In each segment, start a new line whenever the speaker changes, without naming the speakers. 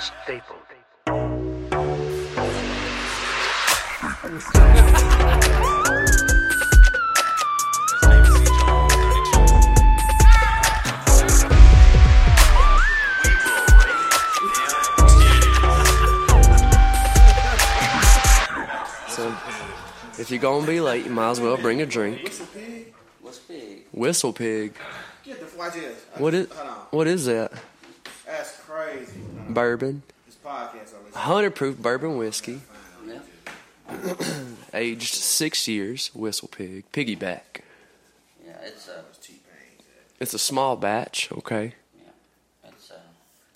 Staples.
So, if you're gonna be late, you might as well bring a drink.
What's big?
Whistle pig.
Get the watch this. Uh,
What is?
Hold on.
What is that?
That's crazy.
Bourbon.
This podcast I listen.
Hundred proof bourbon whiskey,
Yeah.
aged six years. Whistle pig. Piggyback.
Yeah, it's uh,
T Pain.
It's a small batch. Okay.
it's uh,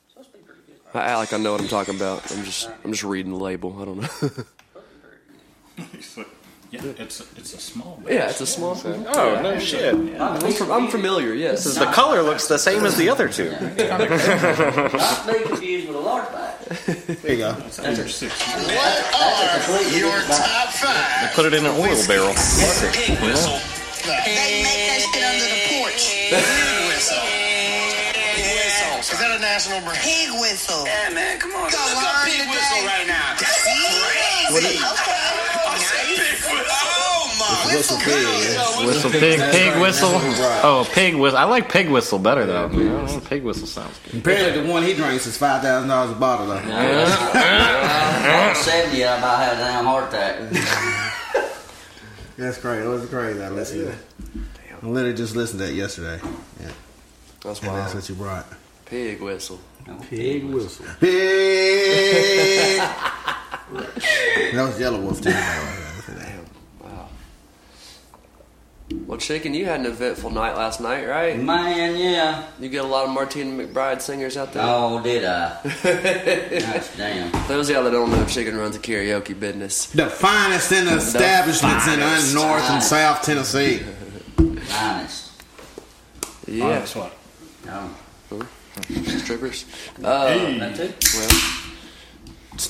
supposed to be pretty good.
I act like I know what I'm talking about. I'm just I'm just reading the label. I don't know.
Supposed to be pretty good.
He's like, yeah, it's a, it's a small. Batch.
yeah, it's a small. Thing.
Oh no shit!
I'm, fam- I'm familiar. Yes.
The color looks the same as the other two.
Not to be confused with a large batch.
There you go.
It's under six. years.
That's a complete
Your
different batch.
top five.
Put it in an oil barrel.
Pig whistle. They make that shit under the porch. Pig whistle. Pig whistle. Is that a national brand? Pig whistle.
Yeah, man, come on.
Look up pig whistle right now. That's crazy. Okay. Oh my.
Whistle pig.
Whistle pig, pig whistle. Oh, pig whistle. I like pig whistle better though. Pig whistle sounds good.
Apparently, the one he drinks is five thousand dollars a bottle. Though.
I'm 70, I about had a damn heart attack.
That's crazy. That was crazy. I listened. to I literally just listened to that yesterday. Yeah,
That's
and
wild.
that's what you brought.
Pig whistle.
Pig whistle.
Pig. that was Yellow Wolf too.
Well, chicken, you had an eventful night last night,
Mm.
right?
Man, yeah.
You get a lot of Martina McBride singers out there.
Oh, did I? That's damn.
Those of y'all that don't know, Chicken runs a karaoke business.
The finest in the establishments
finest.
in North and South Tennessee.
Honest.
Yeah,
That's what.
No.
strippers. Uh,
That too?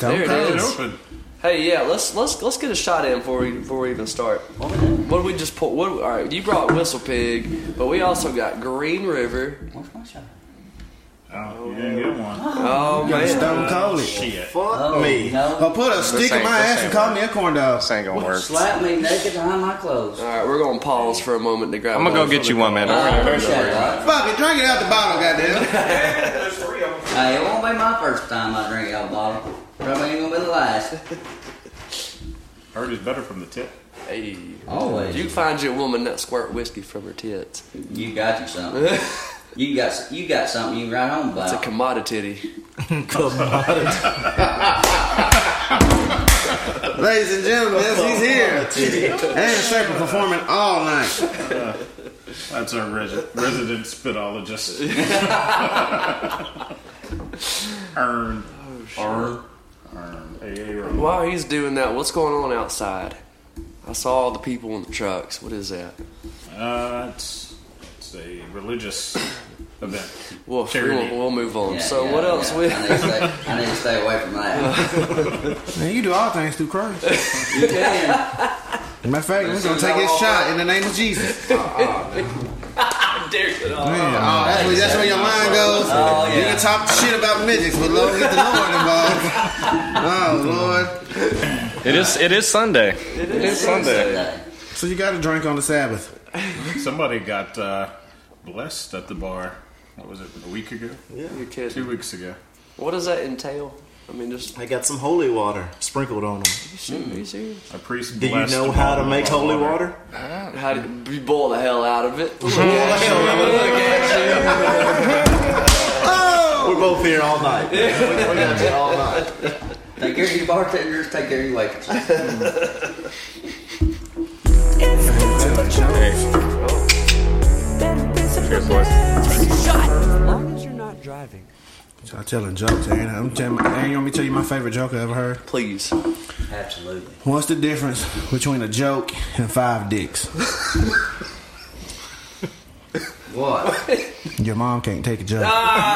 there it
It
is.
open.
Hey, yeah, let's let's let's get a shot in before we before we even start. What did we just pull? What? All right, you brought Whistle Pig, but we also got Green River.
What's my shot?
Oh, you didn't get one.
Oh man,
Stone Cold it.
Shit.
Fuck me.
no.
Or put a stick in
ain't-
my
this
ass and
ain't
call me a corn dog.
This ain't gonna work.
Slap me naked behind my clothes.
all right, we're gonna pause for a moment to grab.
I'm gonna go
another-
get you one, man.
I appreciate it. Doc.
Fuck it, drink it out the bottle, goddamn.
Hey, it won't be my first time I drink out of a bottle. Probably ain't gonna be the last.
Heard is better from the tip.
Hey.
Always.
You can find you a woman that squirt whiskey from her tits.
You got you something. You got you got something you can write home
It's a
about.
commodity.
Ladies and gentlemen, yes, he's here. And Shaper performing all night.
That's our resi- resident spitologist. Earn. Earn. Earn. Hey, Aaron.
While he's doing that, what's going on outside? I saw all the people in the trucks. What is that?
Uh, it's, it's a religious event.
Well,
Charity.
we'll, we'll move on.
Yeah,
so
yeah,
what else?
yeah.
We,
I need, to stay, I need to stay away from that.
Man, you do all things through Christ.
You can.
Matter of fact, we're gonna take his shot in the name of Jesus. Man, oh, that's, where, that's where your mind goes.
Oh,
You
yeah.
can talk shit about midgets, but Lord, get the Lord involved. Oh, Lord.
It is. It is Sunday. It is Sunday.
Sunday.
So you got to drink on the Sabbath.
Somebody got uh, blessed at the bar. What was it? A week ago?
you're
Two
kidding.
weeks ago.
What does that entail? I mean, just
I got some holy water sprinkled on them.
you serious? Are you serious?
A priest.
Do you
blessed
know
a
how to
bottle
make
of
holy water?
Hmm. How did you boil the hell out of it? Look at you.
We're both here all night. we, we got you all night.
Take care of your bartenders. Take care of your waitresses.
Cheers, boys.
As long as you're not driving.
So I telling jokes, ain't I? I'm telling, ain't you want me to tell you my favorite joke I ever heard?
Please.
Absolutely.
What's the difference between a joke and five dicks?
What?
Your mom can't take a joke.
Had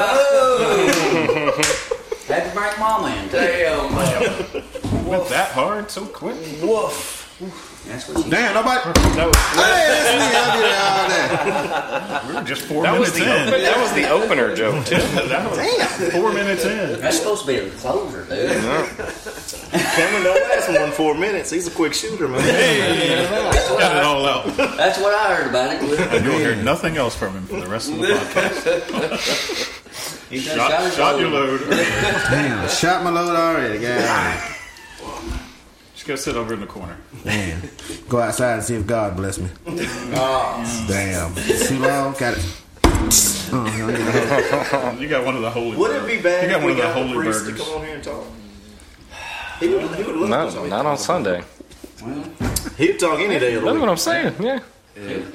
to bring mama in. too.
Damn.
Went that hard so quick?
Woof.
That's what she
Damn, nobody.
That was,
Hey, this nigga out here all day.
we were just four
That was
minutes
the
in.
open, that was the opener joke too.
That was four minutes in.
That's supposed to be the closer, dude.
Cameron don't last more than four minutes. He's a quick shooter, man.
That's what,
Got
I,
it all out.
that's what I heard about it.
You'll hear nothing else from him for the rest of the podcast.
He done shot,
Shot,
his
shot
load.
your load.
Damn, shot my load already. God.
Just go sit over in the corner.
Damn. Go outside and see if God bless me. Damn. Too long? Got it. Oh, no, you know.
You got one of the holy.
Would it be bad
You got
if
one
we
of the
got
holy
the priest
burgers.
to come on here and talk? He would, he would love to
No,
talk.
not on Sunday.
He'd talk any day of the
That's
week.
what I'm saying. Yeah.
Uh, he'd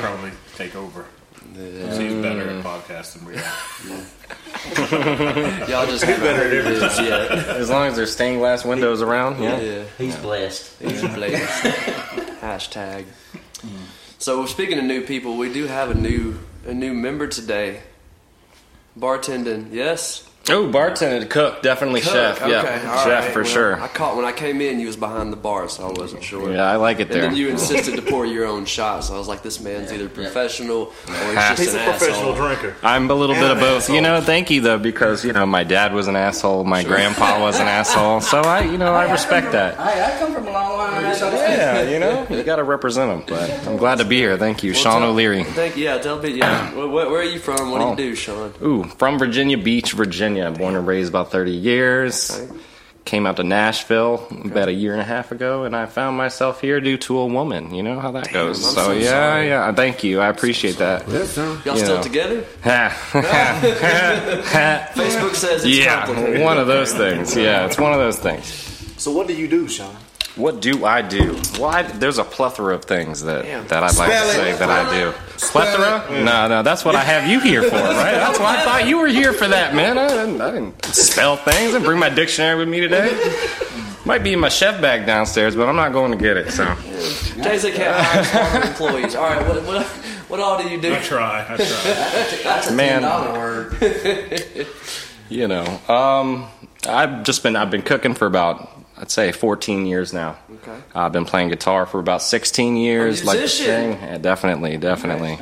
probably take over. Because he's better at podcasts than we are.
Y'all just haven't heard of this yet.
As long as there's stained glass windows around. Yeah.
Yeah.
He's blessed.
He's a player. Hashtag. So speaking of new people, we do have a new a new member today. Bartending, yes.
Oh, bartender, cook, definitely chef.
Cook,
Yeah,
okay, all
chef
right.
for
Well,
sure.
I caught when I came in, you was behind the bar, so I wasn't sure.
yeah, I like it
And
there.
then you insisted to pour your own shots. I was like, this man's either professional or he's just
He's
an
a professional
asshole.
drinker.
I'm a little bit
And
of
an
both. You
asshole.
know, thank you though, because you know my dad was an asshole, my grandpa was an asshole, so I, you know, I respect that.
Hey, I come from a long line. That's what I
Yeah, you know, you gotta represent them. But I'm glad to be here. Thank you, Sean
tell-
O'Leary.
Thank you. Yeah, tell me. Yeah, where, where where are you from? What
Oh.
do you do, Sean?
Ooh, from Virginia Beach, Virginia. Born and raised about 30 years. Came out to Nashville about a year and a half ago, and I found myself here due to a woman. You know how that goes.
I'm
so,
so
yeah,
sorry.
yeah. Uh, Thank you. I appreciate that.
That sound-
Y'all
You
still
know.
together?
Ha.
Facebook says it's complicated.
yeah, one of those things. Yeah, it's one of those things.
So what do you do, Sean?
What do I do? Well, I, there's a plethora of things that,
Damn.
that I'd like
Spell
to
it.
say that I do.
Spell it.
plethora? No, no, that's what I have you here for, right? That's why I thought you were here for that, man. I didn't, I didn't spell things and bring my dictionary with me today. Might be in my chef bag downstairs, but I'm not going to get it. So
Jason can't hire smarter employees. All right, what, what, what all do you do?
I try. I try.
said. That's a
Man.
$10 word.
you know, um, I've just been I've been cooking for about I'd say 14 years now.
Okay.
I've been playing guitar for about 16 years.
A
like the
musician.
thing. Yeah, definitely, definitely.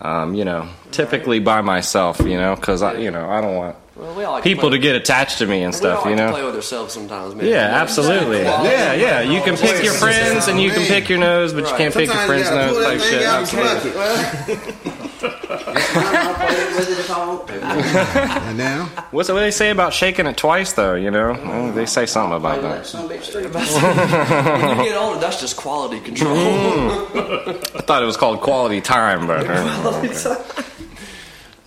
Um, you know, typically by myself. You know, because I, you know, I don't want
Well, we all like
people to
play,
get attached to me and
we all
stuff.
like
You
to
know.
play with ourselves sometimes, man.
Yeah, absolutely. Yeah, yeah. You can pick your friends and you can pick your nose, but you
Right.
can't pick your
Sometimes
friend's
you gotta
nose
pull
type
that
shit.
thing out and
Absolutely.
smack it.
I'll play with it if I want to.
And now,
What's what they say about shaking it twice, though? You know, Uh, they say something
Play
about
with that
that.
son of a bitch too.
When you get older, that's just quality control.
I thought it was called quality time, but uh,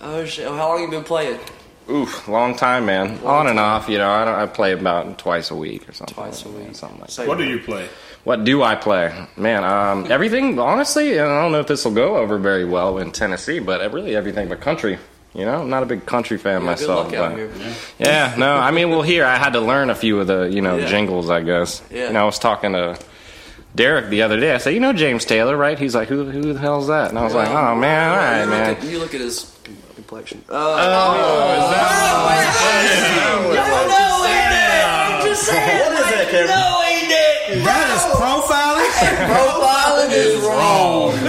oh shit! How long you been playing?
oof, long time, man. On and off. You know, I, don't, I play about twice a week or something.
Twice a
Yeah,
week.
Something like that.
Say,
What do you play?
What do I play? Man, um, everything, honestly, and I don't know if this will go over very well in Tennessee, but really everything but country. You know, I'm not a big country fan
Yeah, good
myself.
luck out
but-
here.
Yeah, no, I mean, well, here I had to learn a few of the, you know,
Yeah.
jingles, I guess.
Yeah.
And I was talking to Derek the other day. I said, you know James Taylor, right? He's like, who, who the hell's that? And I was like, oh, man, all right,
you
man.
Look at, you look at his complexion. Uh,
that is profiling.
Profiling is wrong.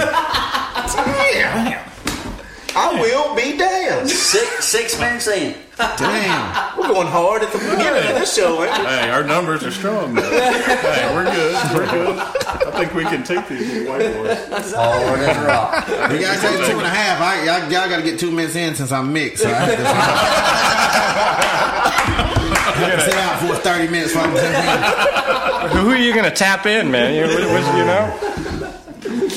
I will be damned.
Six, six minutes in.
Damn.
We're going hard at the beginning of this show, ain't
Hey, our numbers are strong. Though. hey, we're good. We're good. I think we can take these little white boys.
Hard as a rock.
You gotta say two and a half. I, y'all, y'all gotta get two minutes in since I'm mixed. So I have to, I have to sit out for 30 minutes. Before I'm
Who are you going to tap in, man? You, which- which- you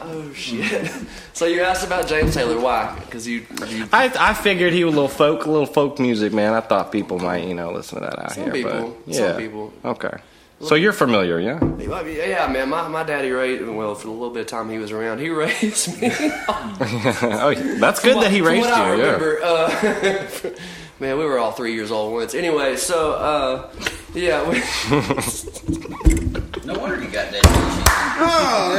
know?
oh shit! So you asked about James Taylor? Why? Because you, you
I, I figured he was a little folk, a little folk music, man. I thought people might, you know, listen to that out
Some
here.
people.
But,
Some
yeah.
people.
Okay. So you're familiar, yeah?
yeah, man. My, my daddy raised well for the little bit of time he was around. He raised me.
oh, that's good that he
From
raised
what I
you. Yeah.
remember, uh, man, we were all three years old once. Anyway, so uh, yeah, we,
No wonder you got that.
oh,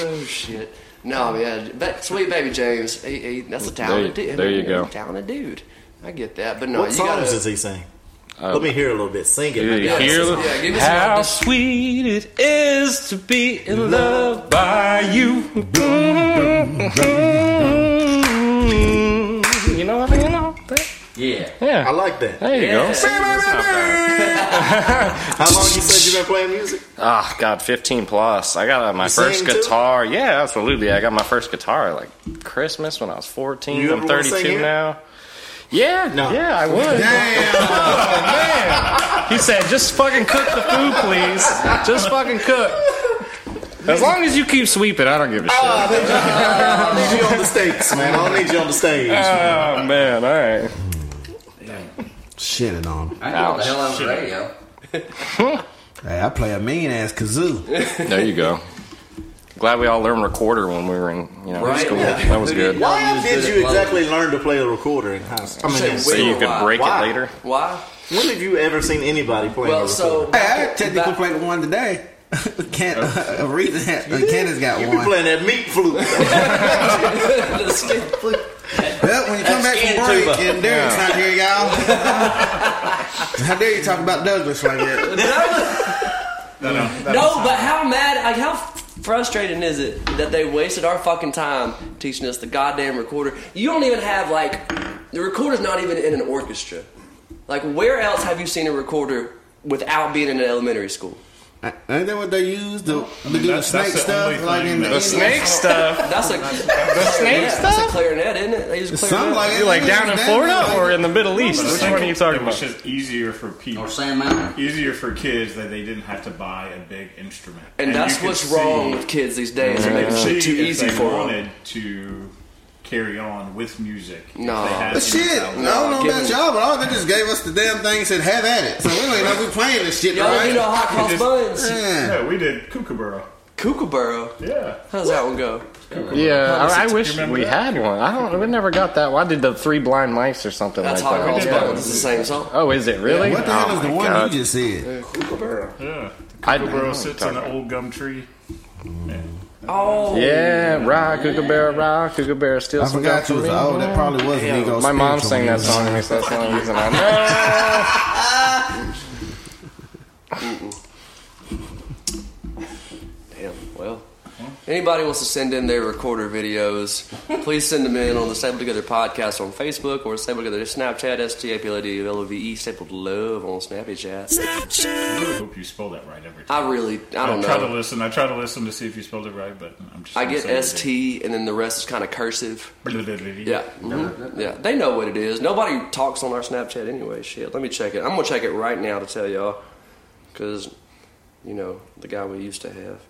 oh shit. No, man, but sweet baby James, he, he, that's a talented
There
dude. I
you- there you
mean,
go.
talented dude. I get that, but no,
What
you
songs
gotta.
does he sing? Let me hear a little bit. Sing it.
You
my guy.
hear
yeah, give me some of
how
this.
sweet it is to be
Mm-hmm.
in love by you. Mm-hmm. You know what I mean? You know that?
Yeah.
I
Yeah.
like that.
There you go. See, that's not bad.
How long you said you been playing music?
Ah, God, 15 plus. I got uh, my
You
first
sing, too?
guitar. Yeah, absolutely. I got my first guitar like Christmas when I was 14.
You
I'm
ever wanna sing
32
here?
now. Yeah,
No.
yeah, I would. Man. He said, just fucking cook the food, please. Just fucking cook. As long as you keep sweeping, I don't give a shit.
I need you- I need you on the stakes, man. I don't need you on the stage.
Oh, man, all right.
Shitting on him.
I know what the
Ouch.
hell on the radio.
Hey, I play a mean ass kazoo.
There you go. Glad we all learned recorder when we were in you know,
Right?
school.
Yeah.
That was
Who
good.
didn't?
Why
Just
did
did it
you
well.
exactly learn to play a recorder in high school? I mean,
Say
in
wait.
So you
school.
could break
Why?
it later.
Why?
when have you ever seen anybody play
Well,
a
so
recorder?
Hey, I technically played the one today. Can't uh, reason that uh, Kenneth's got
you be
one.
playing that meat flute.
the skin flute.
Well, when you come back from
skin
break and Derek's not here, y'all. How dare you talk about Douglas like that?
No, but how mad? Like how frustrating is it that they wasted our fucking time teaching us the goddamn recorder? You don't even have like the recorder's not even in an orchestra. Like where else have you seen a recorder without being in an elementary school?
Ain't that what they use to, to do the
that's- that's
snake
the
stuff?
only
Like
thing
in
that-
The
the,
snake stuff.
That's a that's
snake
That's
stuff?
a clarinet, isn't it? They use
something
clarinet.
like
You like down in Florida or in the Middle East? Which one are you talking
It was
about? Oh,
just easier for people.
Or Sam Mountain.
Easier for kids that they didn't have to buy a big instrument.
and that's
you could
what's
see-
wrong with kids these days. They're
you could
making shit
see
too
if
easy
they
for them.
wanted to carry on with music. if
No.
they had
But
it in
shit, I
them.
don't know
give
about
me-
y'all, but all they just gave us the damn thing and said, have at it. So we don't even know we playing this shit,
Y'all
right?
do no hot cross
Just-
buns.
Yeah.
No, we did Kookaburra.
Kookaburra.
Yeah.
How's that one go?
Yeah, I, I
You
wish
remember
we
that?
had one. I don't. We never got that. one. I did the three blind mice or something
That's
like
hot
that.
cross
Yeah.
buns. It's the same song.
Oh, is it really?
What the
Oh
hell is
my
the one
God.
you just said?
Yeah.
I- I know
Kookaburra
what
sits
you're
on an
talking
old gum tree.
Oh,
about. Yeah, rock, kookaburra, rock, kookaburra, steal
I
some gum
forgot you
from
was
me.
oh, that probably was an ego.
My mom
spiritual
sang that
music.
song to me, so that's the only reason I know.
Damn. Well, anybody wants to send in their recorder videos, please send them in on the Stapled Together podcast on Facebook or Stapled Together Snapchat, S T A P L E D L O V E, Stapled Love on Snappy Chat.
I really hope you spell that right every time.
I really, I don't
try to
know.
listen. I try to listen to see if you spelled it right, but I'm just.
I
gonna
get
say it
S T and then the rest is kind of cursive.
again.
Yeah. mhm, Yeah. They know what it is. Nobody talks on our Snapchat anyway. Shit. Let me check it. I'm going to check it right now to tell y'all. Because, you know, the guy we used to have.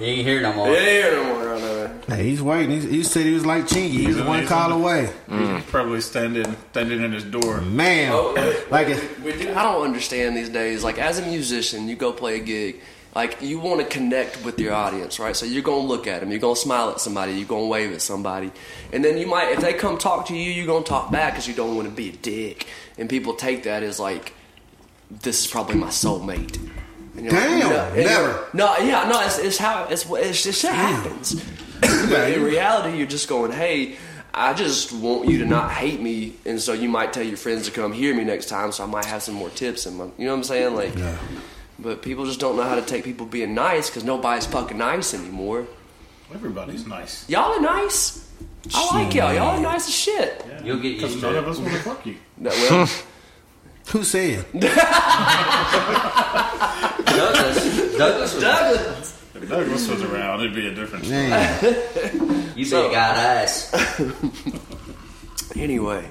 You ain't hear no more.
Yeah, no more. I know that.
Hey, he's waiting. He's, he said he was like Chingy. He was
He's
one
amazing.
call away.
Mm.
He's probably standing standing in his door.
Man,
Oh.
like a,
We do. I don't understand these days. Like as a musician, you go play a gig. Like you want to connect with your audience, right? So you're gonna look at them. You're gonna smile at somebody. You're gonna wave at somebody, and then you might, if they come talk to you, you're gonna talk back because you don't want to be a dick. And people take that as like, this is probably my soulmate. And you're like,
Damn,
no, and you're-
never.
No, yeah, no. It's, it's how it's it's just it happens. But in reality, you're just going, hey, I just want you to not hate me, and so you might tell your friends to come hear me next time, so I might have some more tips. And my, you know what I'm saying? Like, but people just don't know how to take people being nice because nobody's fucking nice anymore.
Everybody's nice.
Y'all are nice. I like y'all. Y'all are nice as shit.
You'll get
Because
used
none
to
of
it.
us want to fuck you.
No, well,
who said?
Douglas, Douglas, was,
Douglas.
If Douglas was around, it'd be a different story.
Man,
you
So-
big got ass.
Anyway,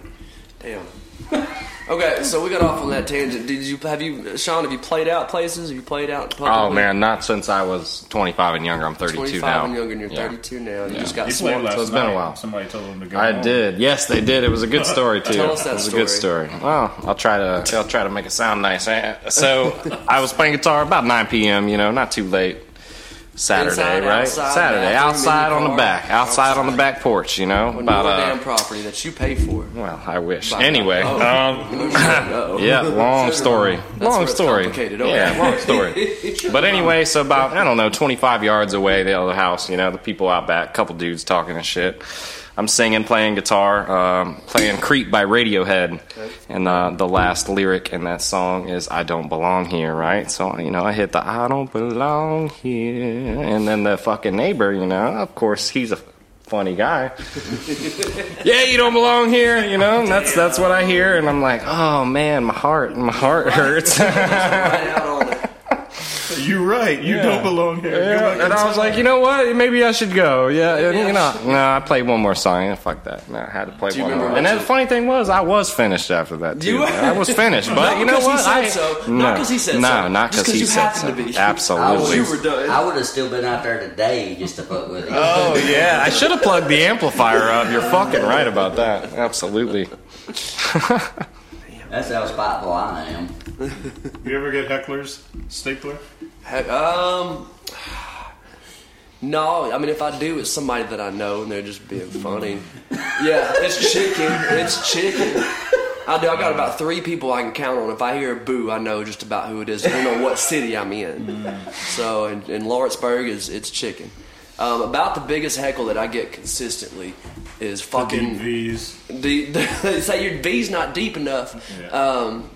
damn. Okay, so we got off on that tangent. Did you have you Sean? Have you played out places? Have you played out? Publicly?
Oh man, not since I was 25 and younger. I'm 32
25
now.
and younger, and you're
Yeah.
32 now. You just got
He
smoked.
played last
So it's been a
night.
while.
Somebody told him to go.
I
home.
did. Yes, they did. It was a good story too.
Uh, Tell us that
it was a good
story.
story. Well, I'll try to. I'll try to make it sound nice. Eh, So I was playing guitar about 9 p.m. You know, not too late. Saturday,
Inside,
right?
outside,
Saturday,
bathroom, in
outside
your
on the
car,
back, outside, on the back porch. You know,
on
about
your
uh,
damn property that you pay for.
well, I wish.
By-
Anyway,
oh.
um,
Uh-oh.
yeah, long story.
That's where
Long
it's
story.
complicated, okay.
Yeah, long story. But anyway, so about I don't know, 25 yards away, the other house. You know, the people out back, couple dudes talking and shit. I'm singing, playing guitar, um, playing "Creep" by Radiohead, and uh, the last lyric in that song is "I don't belong here," right? So you know, I hit the "I don't belong here," and then the fucking neighbor, you know, of course, he's a funny guy yeah, you don't belong here, you know. And that's that's what I hear, and I'm like, oh man, my heart, my heart hurts.
Right out on it.
You're right. You
Yeah.
don't belong here. Go back
and I was like, you know what? Maybe I should go. Yeah, and, you know, no, I played one more song. Yeah, fuck that. No, I had to play
you
one
remember
more.
what
And then
you-
the funny thing was, I was finished after that too.
You were?
I was finished, but
Not
you know
because he
what?
said
I,
so. Not
No,
because he said
no,
so.
not
Just
because he
'cause you
said
happened
so.
to be.
Absolutely.
You were done.
I would have still been out there today just to fuck with you.
Oh yeah, I should have plugged the amplifier up. You're fucking right about that. Absolutely.
That's how spiteful I am.
You ever get hecklers, stapler?
Heck, um, no. I mean, if I do, it's somebody that I know, and they're just being funny. yeah, it's chicken. It's chicken. I do. I got about three people I can count on. If I hear a boo, I know just about who it is, depending on what city I'm in. So, in, in Lawrenceburg, is it's chicken. Um, about the biggest heckle that I get consistently is
Fucking
fucking.
V's.
The, the, it's like your V's not deep enough.
Yeah.
Um,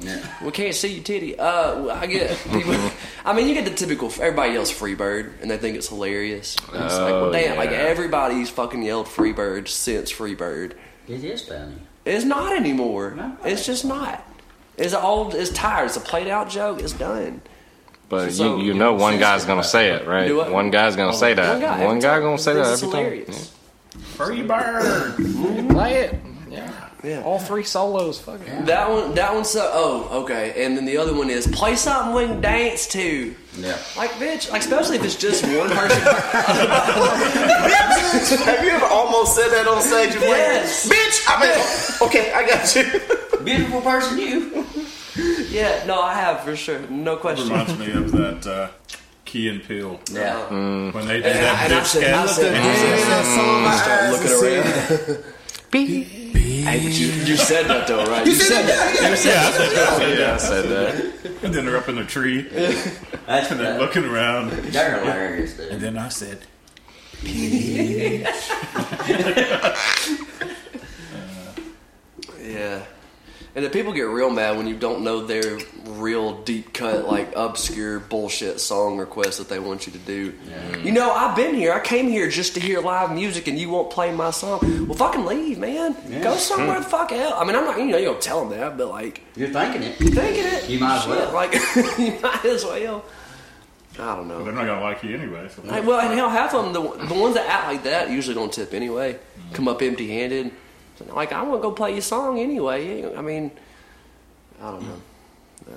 We can't see your titty. Uh, well, I get people. I mean, you get the typical. Everybody yells "Freebird" and they think it's hilarious. It's like, well,
Oh,
damn! Like
yeah.
everybody's fucking yelled "Freebird" since "Freebird."
It is funny.
It's not anymore.
No.
It's just not. It's an old. It's tired. It's a played out joke. It's done.
But
So-
you, you know one guy's gonna say it, right?
Do what? Oh,
One guy's gonna say that.
One guy. every time.
gonna say that
It's
every
hilarious.
Free bird.
time. Play it. Yeah.
Yeah.
All three solos. Fuck it.
That one. That one's so. Oh, okay. And then the other one is play something we can dance to.
Yeah.
Like, bitch. Like, especially if it's just one person.
Have you ever almost said that on stage? You went,
Yes.
Bitch, I mean, okay, I got you.
Beautiful person you.
Yeah, no, I have for sure, no question.
Reminds me of that uh, Key and Peele
Yeah.
Mm.
when they did
And I-
that
and I
bitch
said- I
cat.
said-
Start
looking around. Hey, but you, you said that though, right? You, said that. You said
Yeah, I said that.
Yeah, I said that.
And then they're up in a tree
That's
and they're
that,
looking around.
they're hilarious, dude.
then I said,
Yeah. And the people get real mad when you don't know their real deep cut, like obscure bullshit song request that they want you to do. You know, I've been here. I came here just to hear live music, and you won't play my song. Well, fucking leave, man. Go somewhere the fuck else. I mean, I'm not. You know, you don't tell them that, but like,
You're thinking it.
thinking it,
You might as
shit,
well.
Like, you might as well. I don't know.
"They're not gonna like you anyway." So
Hey, well, and hell, half of them, the, the ones that act like that usually don't tip anyway. Come up empty handed. Like, I want to go play your song anyway. I mean, I don't know.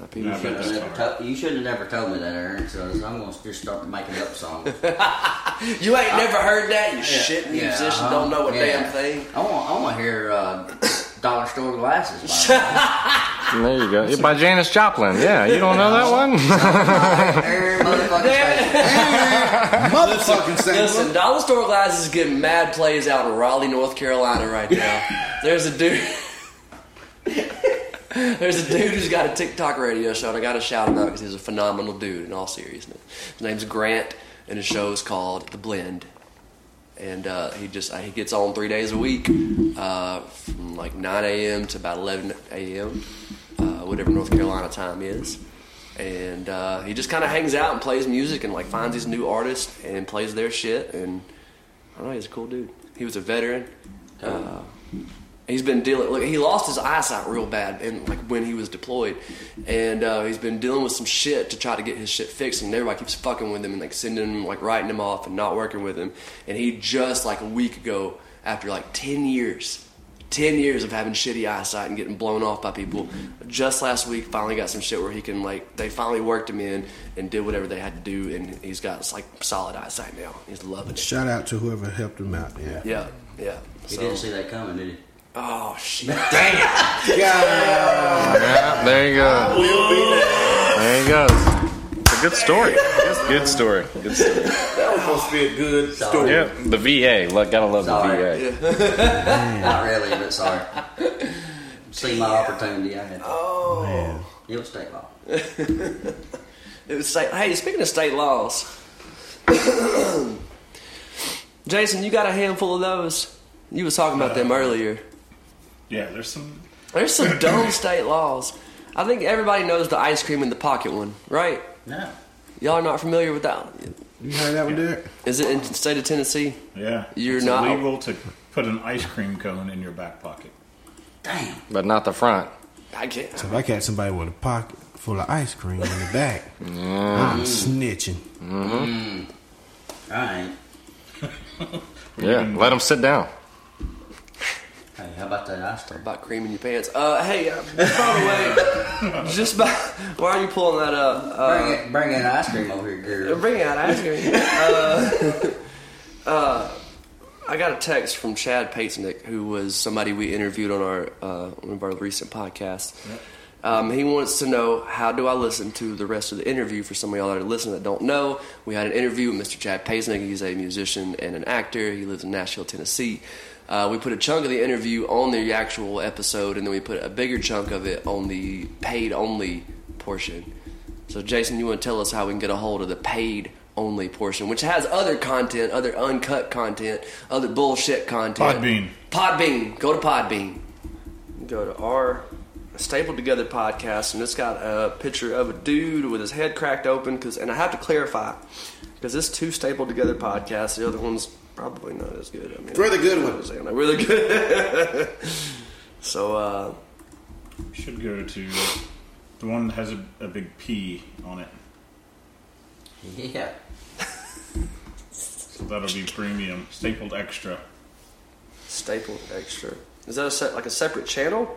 Nah, people-
Yeah, I bet
You
that's
shouldn't have
hard.
never to- you shouldn't have never told me that, Aaron. So I'm gonna just start making up songs.
you ain't never heard that, you shit
Yeah,
musician,
uh-huh.
don't know a
Yeah.
damn thing.
I want, I want to hear uh, Dollar Store Glasses. by
And there you go. Yeah, by Janis Joplin. Yeah, you don't know that one?
Every motherfucking
Damn
thing.
Motherfucking
Listen,
Saints.
Dollar Store Glass is getting mad plays out in Raleigh, North Carolina right now. There's a dude. There's a dude who's got a TikTok radio show, and I got to shout him out because he's a phenomenal dude. In all seriousness, his name's Grant, and his show is called The Blend. And uh, he just he gets on three days a week, uh, from like 9 a.m. to about 11 a.m., uh, whatever North Carolina time is. And uh, he just kind of hangs out and plays music and like finds these new artists and plays their shit. And I don't know, he's a cool dude. He was a veteran. Uh, He's been dealing. Look, he lost his eyesight real bad, and like when he was deployed, and uh, he's been dealing with some shit to try to get his shit fixed. And everybody keeps fucking with him and like sending him, like writing him off, and not working with him. And he just like a week ago, after like ten years, ten years of having shitty eyesight and getting blown off by people, just last week finally got some shit where he can like they finally worked him in and did whatever they had to do, and he's got like solid eyesight now. He's loving it.
Shout out to whoever helped him out. Yeah.
Yeah, yeah.
He
So-
didn't see that coming, did he?
oh shit, damn.
yeah, there you go. There you go. It's a good story. It's a Good story. Good story.
That was supposed to be a good story.
Yep. The VA. Look, gotta love
Sorry.
the VA.
Not really, but sorry. See my opportunity. I had. Oh. It was state law.
It was state, hey, speaking of state laws, Jason, you got a handful of those. You was talking about
Uh-huh.
them earlier.
Yeah, there's some.
There's some dumb state laws. I think everybody knows the ice cream in the pocket one, right?
No.
Y'all are not familiar with that.
You heard that one, Derek?
Is it in the state of Tennessee?
Yeah.
You're
it's
not-
illegal to put an ice cream cone in your back pocket.
Damn.
But not the front.
I can't.
So if I catch somebody with a pocket full of ice cream in the back, I'm snitching.
I ain't.
Yeah. Let them sit down.
Hey, how about that ice cream?
About cream in your pants. Uh, hey, uh, by the way, just by, why are you pulling that up? Uh,
Bring it, bring in ice cream over here,
Uh,
girl.
Bring out ice cream. Uh, uh, I got a text from Chad Paisnick, who was somebody we interviewed on our uh, one of our recent podcasts. Um, he wants to know how do I listen to the rest of the interview for some of y'all that are listening that don't know. We had an interview with Mr. Chad Paisnick. He's a musician and an actor. He lives in Nashville, Tennessee. Uh, we put a chunk of the interview on the actual episode, and then we put a bigger chunk of it on the paid only portion. So, Jason, you want to tell us how we can get a hold of the paid only portion, which has other content, other uncut content, other bullshit content.
Podbean.
Podbean. Go to Podbean. Go to our stapled together podcast, and it's got a picture of a dude with his head cracked open. Cause, and I have to clarify, because it's two stapled together podcasts. The other one's probably not as good. I mean,
Really good one.
ones. Really good. so, uh,
You should go to the one that has a, a big P on it.
Yeah.
So that'll be premium, stapled extra.
stapled extra. Is that a set, like a separate channel?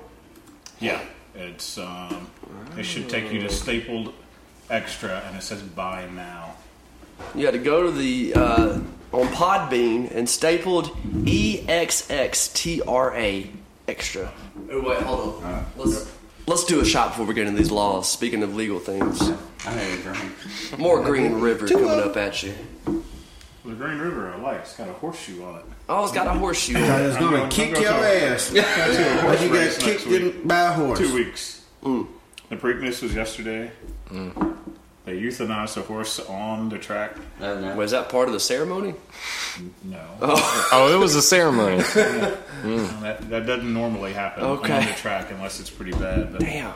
Yeah. It's um, it should take you to stapled extra, and it says buy now.
You had to go to the uh, on Podbean and stapled E EXXTRA extra. Oh wait, hold on. Let's let's do a shot before we get into these laws. Speaking of legal things,
I need a drink.
more Green River coming up at you.
The Green River I like. It's got a horseshoe on it.
Oh, it's got a horseshoe. on
I
it.
was gonna
going-
kick
I'm
your
going to-
ass.
Got to a
Like
horse
you got
race
kicked
next week.
in by a horse.
Two weeks. The Preakness was yesterday. They euthanized a horse on the track.
No, no.
Was that part of the ceremony?
No,
Oh, it was a ceremony.
that, that doesn't normally happen on
Okay.
the track unless it's pretty bad. But
Damn.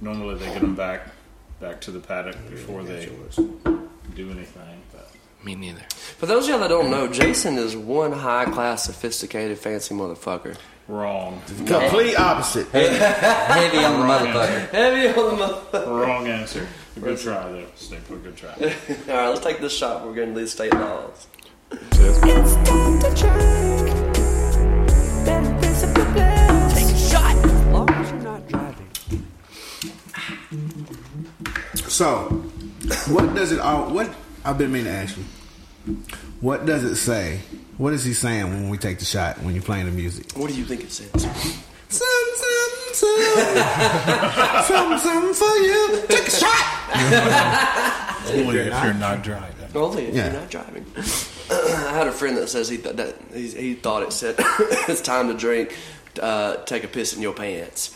normally they get them back back to the paddock before they do anything. But
Me neither.
For those of y'all that don't know, Jason is one high class, sophisticated, fancy motherfucker.
wrong,
Complete opposite.
Heavy on the
Right.
motherfucker.
Heavy on the motherfucker.
wrong answer. A good try though. Stay put. Good try.
All right, let's take this shot. We're getting to these state laws.
It's time to drink. Better raise up your glass. Take a shot.
As long as you're not driving.
So, what does it all? What I've been meaning to ask you. What does it say? What is he saying when we take the shot when you're playing the music?
What do you think it says?
Some, some, some, some, some for you. Take a shot.
Only if you're not driving.
Only if
Yeah.
you're not driving. I had a friend that says he th- that he, he thought it said it's time to drink. Uh, take a piss in your pants.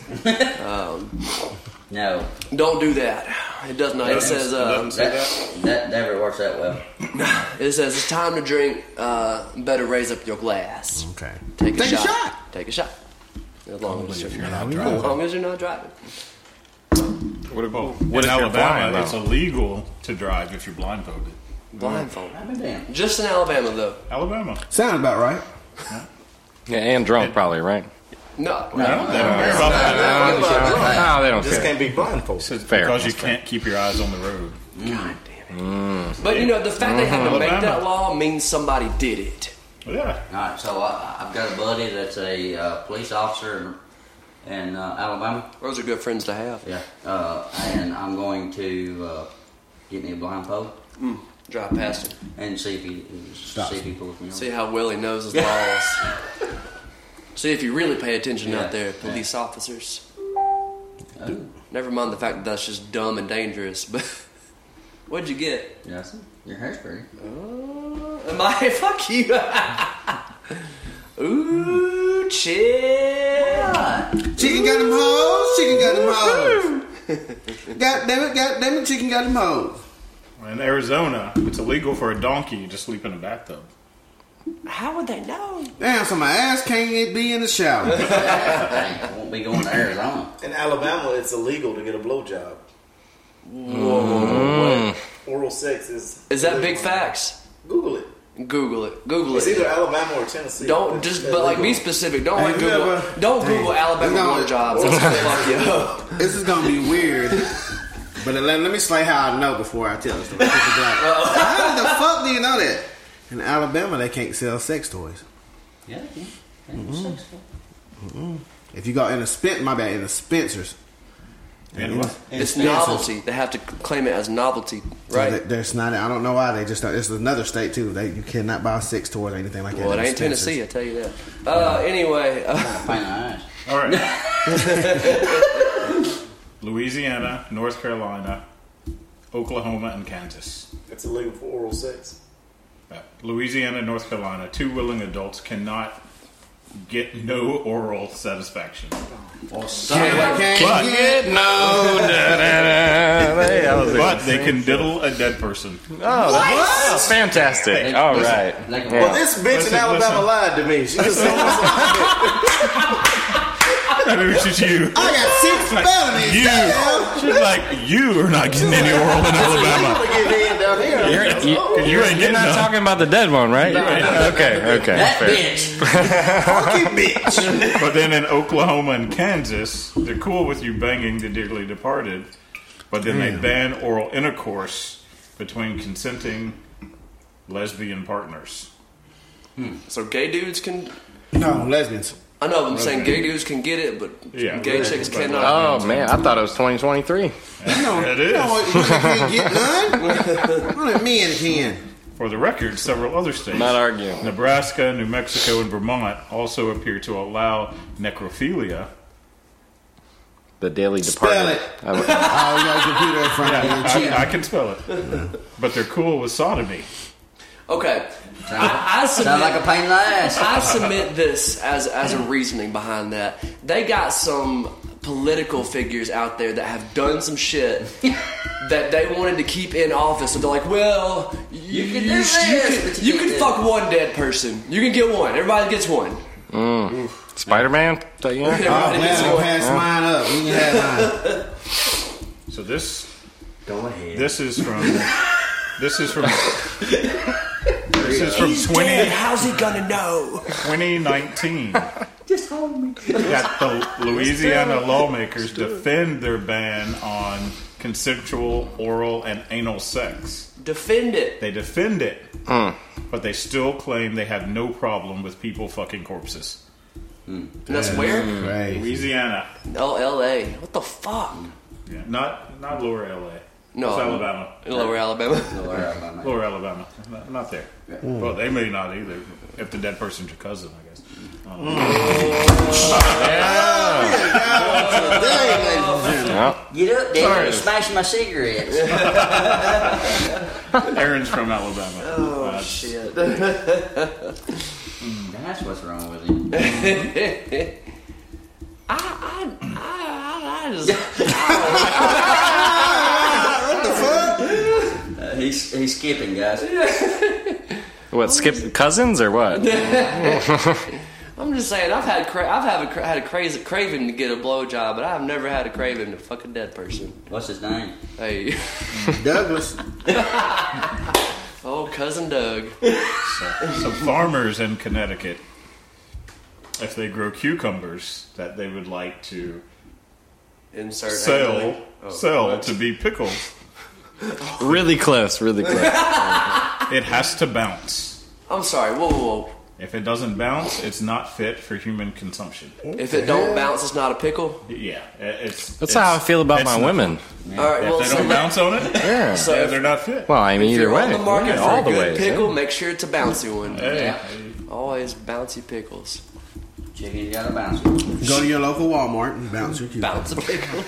No.
Don't do that. It does not. It says uh,
That, that never works that well.
it says it's time to drink. Uh, better raise up your glass.
Okay.
Take a,
Take a
shot.
shot.
Take a shot. As long as you're,
Now
not
we
as
know.
long as you're not driving.
What about in
what if you're
Alabama?
blind, though?
it's illegal to drive if you're blindfolded.
Blindfold.
I've been damn.
Just in Alabama though.
Alabama.
Sounds about right.
Yeah, and drunk probably, right? Uh,
No.
They don't care about that.
No, they don't
Just
care.
can't be blindfolded.
It's
Fair.
Because you can't keep your eyes on the road.
Mm.
But you know the fact they had to make that
Alabama.
law means somebody did it.
Yeah.
Alright, so I, I've got a buddy that's a uh, police officer in, in uh, Alabama.
Those are good friends to have.
Yeah. Uh, and I'm going to uh, get me a blindfold
Drive past him.
and see if he, see if he pulls me over.
See how well he knows his laws. See if you really pay attention out
Yeah,
there,
yeah.
police
Uh,
officers. Never mind the fact that that's just dumb and dangerous, but What'd you get?
Yes. Your hair's pretty.
Am I? Fuck you. Ooh, chill.
Chicken got them hoes. Chicken got them hoes.
Mm-hmm.
God damn it! God damn it! Chicken got them hoes.
In Arizona, it's illegal for a donkey to sleep in a bathtub.
How would they know?
Damn, so my ass can't it be in the shower.
Dang, I won't be going to Arizona.
In Alabama, it's illegal to get a blowjob. Oral sex is.
Is that
illegal.
big facts?
Google it.
Google it. Google
It's either
it.
Alabama or Tennessee.
Don't just, but like be
me.
specific. Don't
Hey,
like Google.
whoever-
Don't
Dang.
Google Alabama
No.
blowjobs. jobs. That's gonna fuck you up.
this is gonna be weird. But let, let me say how I know before I tell this. to my people. Like, how the fuck do you know that? In Alabama, they can't sell sex toys.
Yeah. yeah.
If you go in a spent, my bad, in a Spencer's,
And what?
It's
Spencer's.
novelty. They have to claim it as novelty,
So
right?
that- That's not. I don't know why they just. Don't, it's another state too. They you cannot buy sex toys or anything like that.
Well, it
in
ain't
Spencer's.
Tennessee. I tell you that. Uh, anyway, uh,
Pain in the ass.
All right. Louisiana, North Carolina, Oklahoma, and Kansas.
It's illegal for oral sex.
Yeah. Louisiana, North Carolina, two willing adults cannot get no oral satisfaction.
But, no, da, da, da. Hey, I was like,
But they can diddle a dead person.
oh, that's fantastic. All
Listen,
right.
Like a
Well, this bitch
Listen,
in Alabama
listen.
lied to me. She just
Which is you.
I got six felonies.
You.
damn.
She's like, you are not getting any oral in Alabama.
get in down here.
You're, you,
Oh,
you're,
ain't
you're
getting
not
none.
talking about the dead one, right? Okay, okay.
that
fair.
bitch.
But then in Oklahoma and Kansas, they're cool with you banging the dearly departed, but then they ban oral intercourse between consenting lesbian partners.
so gay dudes can.
No lesbians.
I know I'm saying gay dudes can get it, but
Yeah,
gay
right.
chicks
But-
cannot.
Oh man, I thought it was 2023.
it is.
No, you can't get none. Only men can.
For the record, several other states,
Not arguing.
Nebraska, New Mexico, and Vermont, also appear to allow necrophilia.
The Daily
Spell
Department.
it.
I w-
Oh, you got a computer in front of you.
I, I can spell it, but they're cool with sodomy.
Okay, I, I submit.
Sound like a pain in the ass.
I submit this as as a reasoning behind that. They got some political figures out there that have done some shit that they wanted to keep in office. So they're like, well, you,
You can
you-
do
you
this,
can,
but you
you
can't
can
do
fuck one dead person. You can get one. Everybody gets one.
Spider Man. Tell you. that?
Oh,
Everybody gets
man, I
one.
passed mine up. You can have mine.
So this
Go ahead.
this is from this is from this is from
He's
twenty
dead. How's he gonna know?
2019. Just hold me. That the Louisiana lawmakers defend their ban on consensual oral and anal sex.
Defend it.
They defend it, but they still claim they have no problem with people fucking corpses.
And that's where?
Right.
Louisiana,
Oh, L.A. What the fuck?
yeah, not not Lower LA.
No.
it's Alabama.
Lower Alabama.
Don't worry about it.
Lower Alabama, not, not there. Well, they may not either. If the dead person's your cousin, I guess.
Hey, ladies and gentlemen.
Yeah.
Get up there
Sorry.
and smash my cigarettes.
Aaron's from Alabama. Uh,
Shit.
That's what's wrong with you.
I, I, I, I just.
Uh, he's he's skipping, guys.
What? Skip cousins or what?
I'm just saying, I've had cra- I've had a, cra- had a crazy craving to get a blowjob, but I've never had a craving to fuck a dead person.
What's his name?
Hey,
Douglas.
oh cousin Doug,
So farmers in Connecticut, if they grow cucumbers that they would like to
insert
sell,
angrily. Oh,
sell to be pickled,
Really close. Really close.
it has to bounce.
I'm sorry. Whoa, whoa, whoa.
If it doesn't bounce, it's not fit for human consumption.
If it don't bounce, it's not a pickle.
Yeah, it- it's
That's
it's-
how I feel about
it's
my
not-
women.
All right.
If
Well,
they don't
so,
bounce on it,
Yeah.
so
yeah,
if,
they're not fit.
Well, I mean,
if
either
you're
way,
on the market
Yeah,
for
all
a
the
good
ways.
pickle, make sure it's a bouncy one.
Hey,
Yeah.
Always bouncy pickles.
Chicken's got a bouncer.
Go to your local Walmart and bounce your cue.
Bounce a pickle.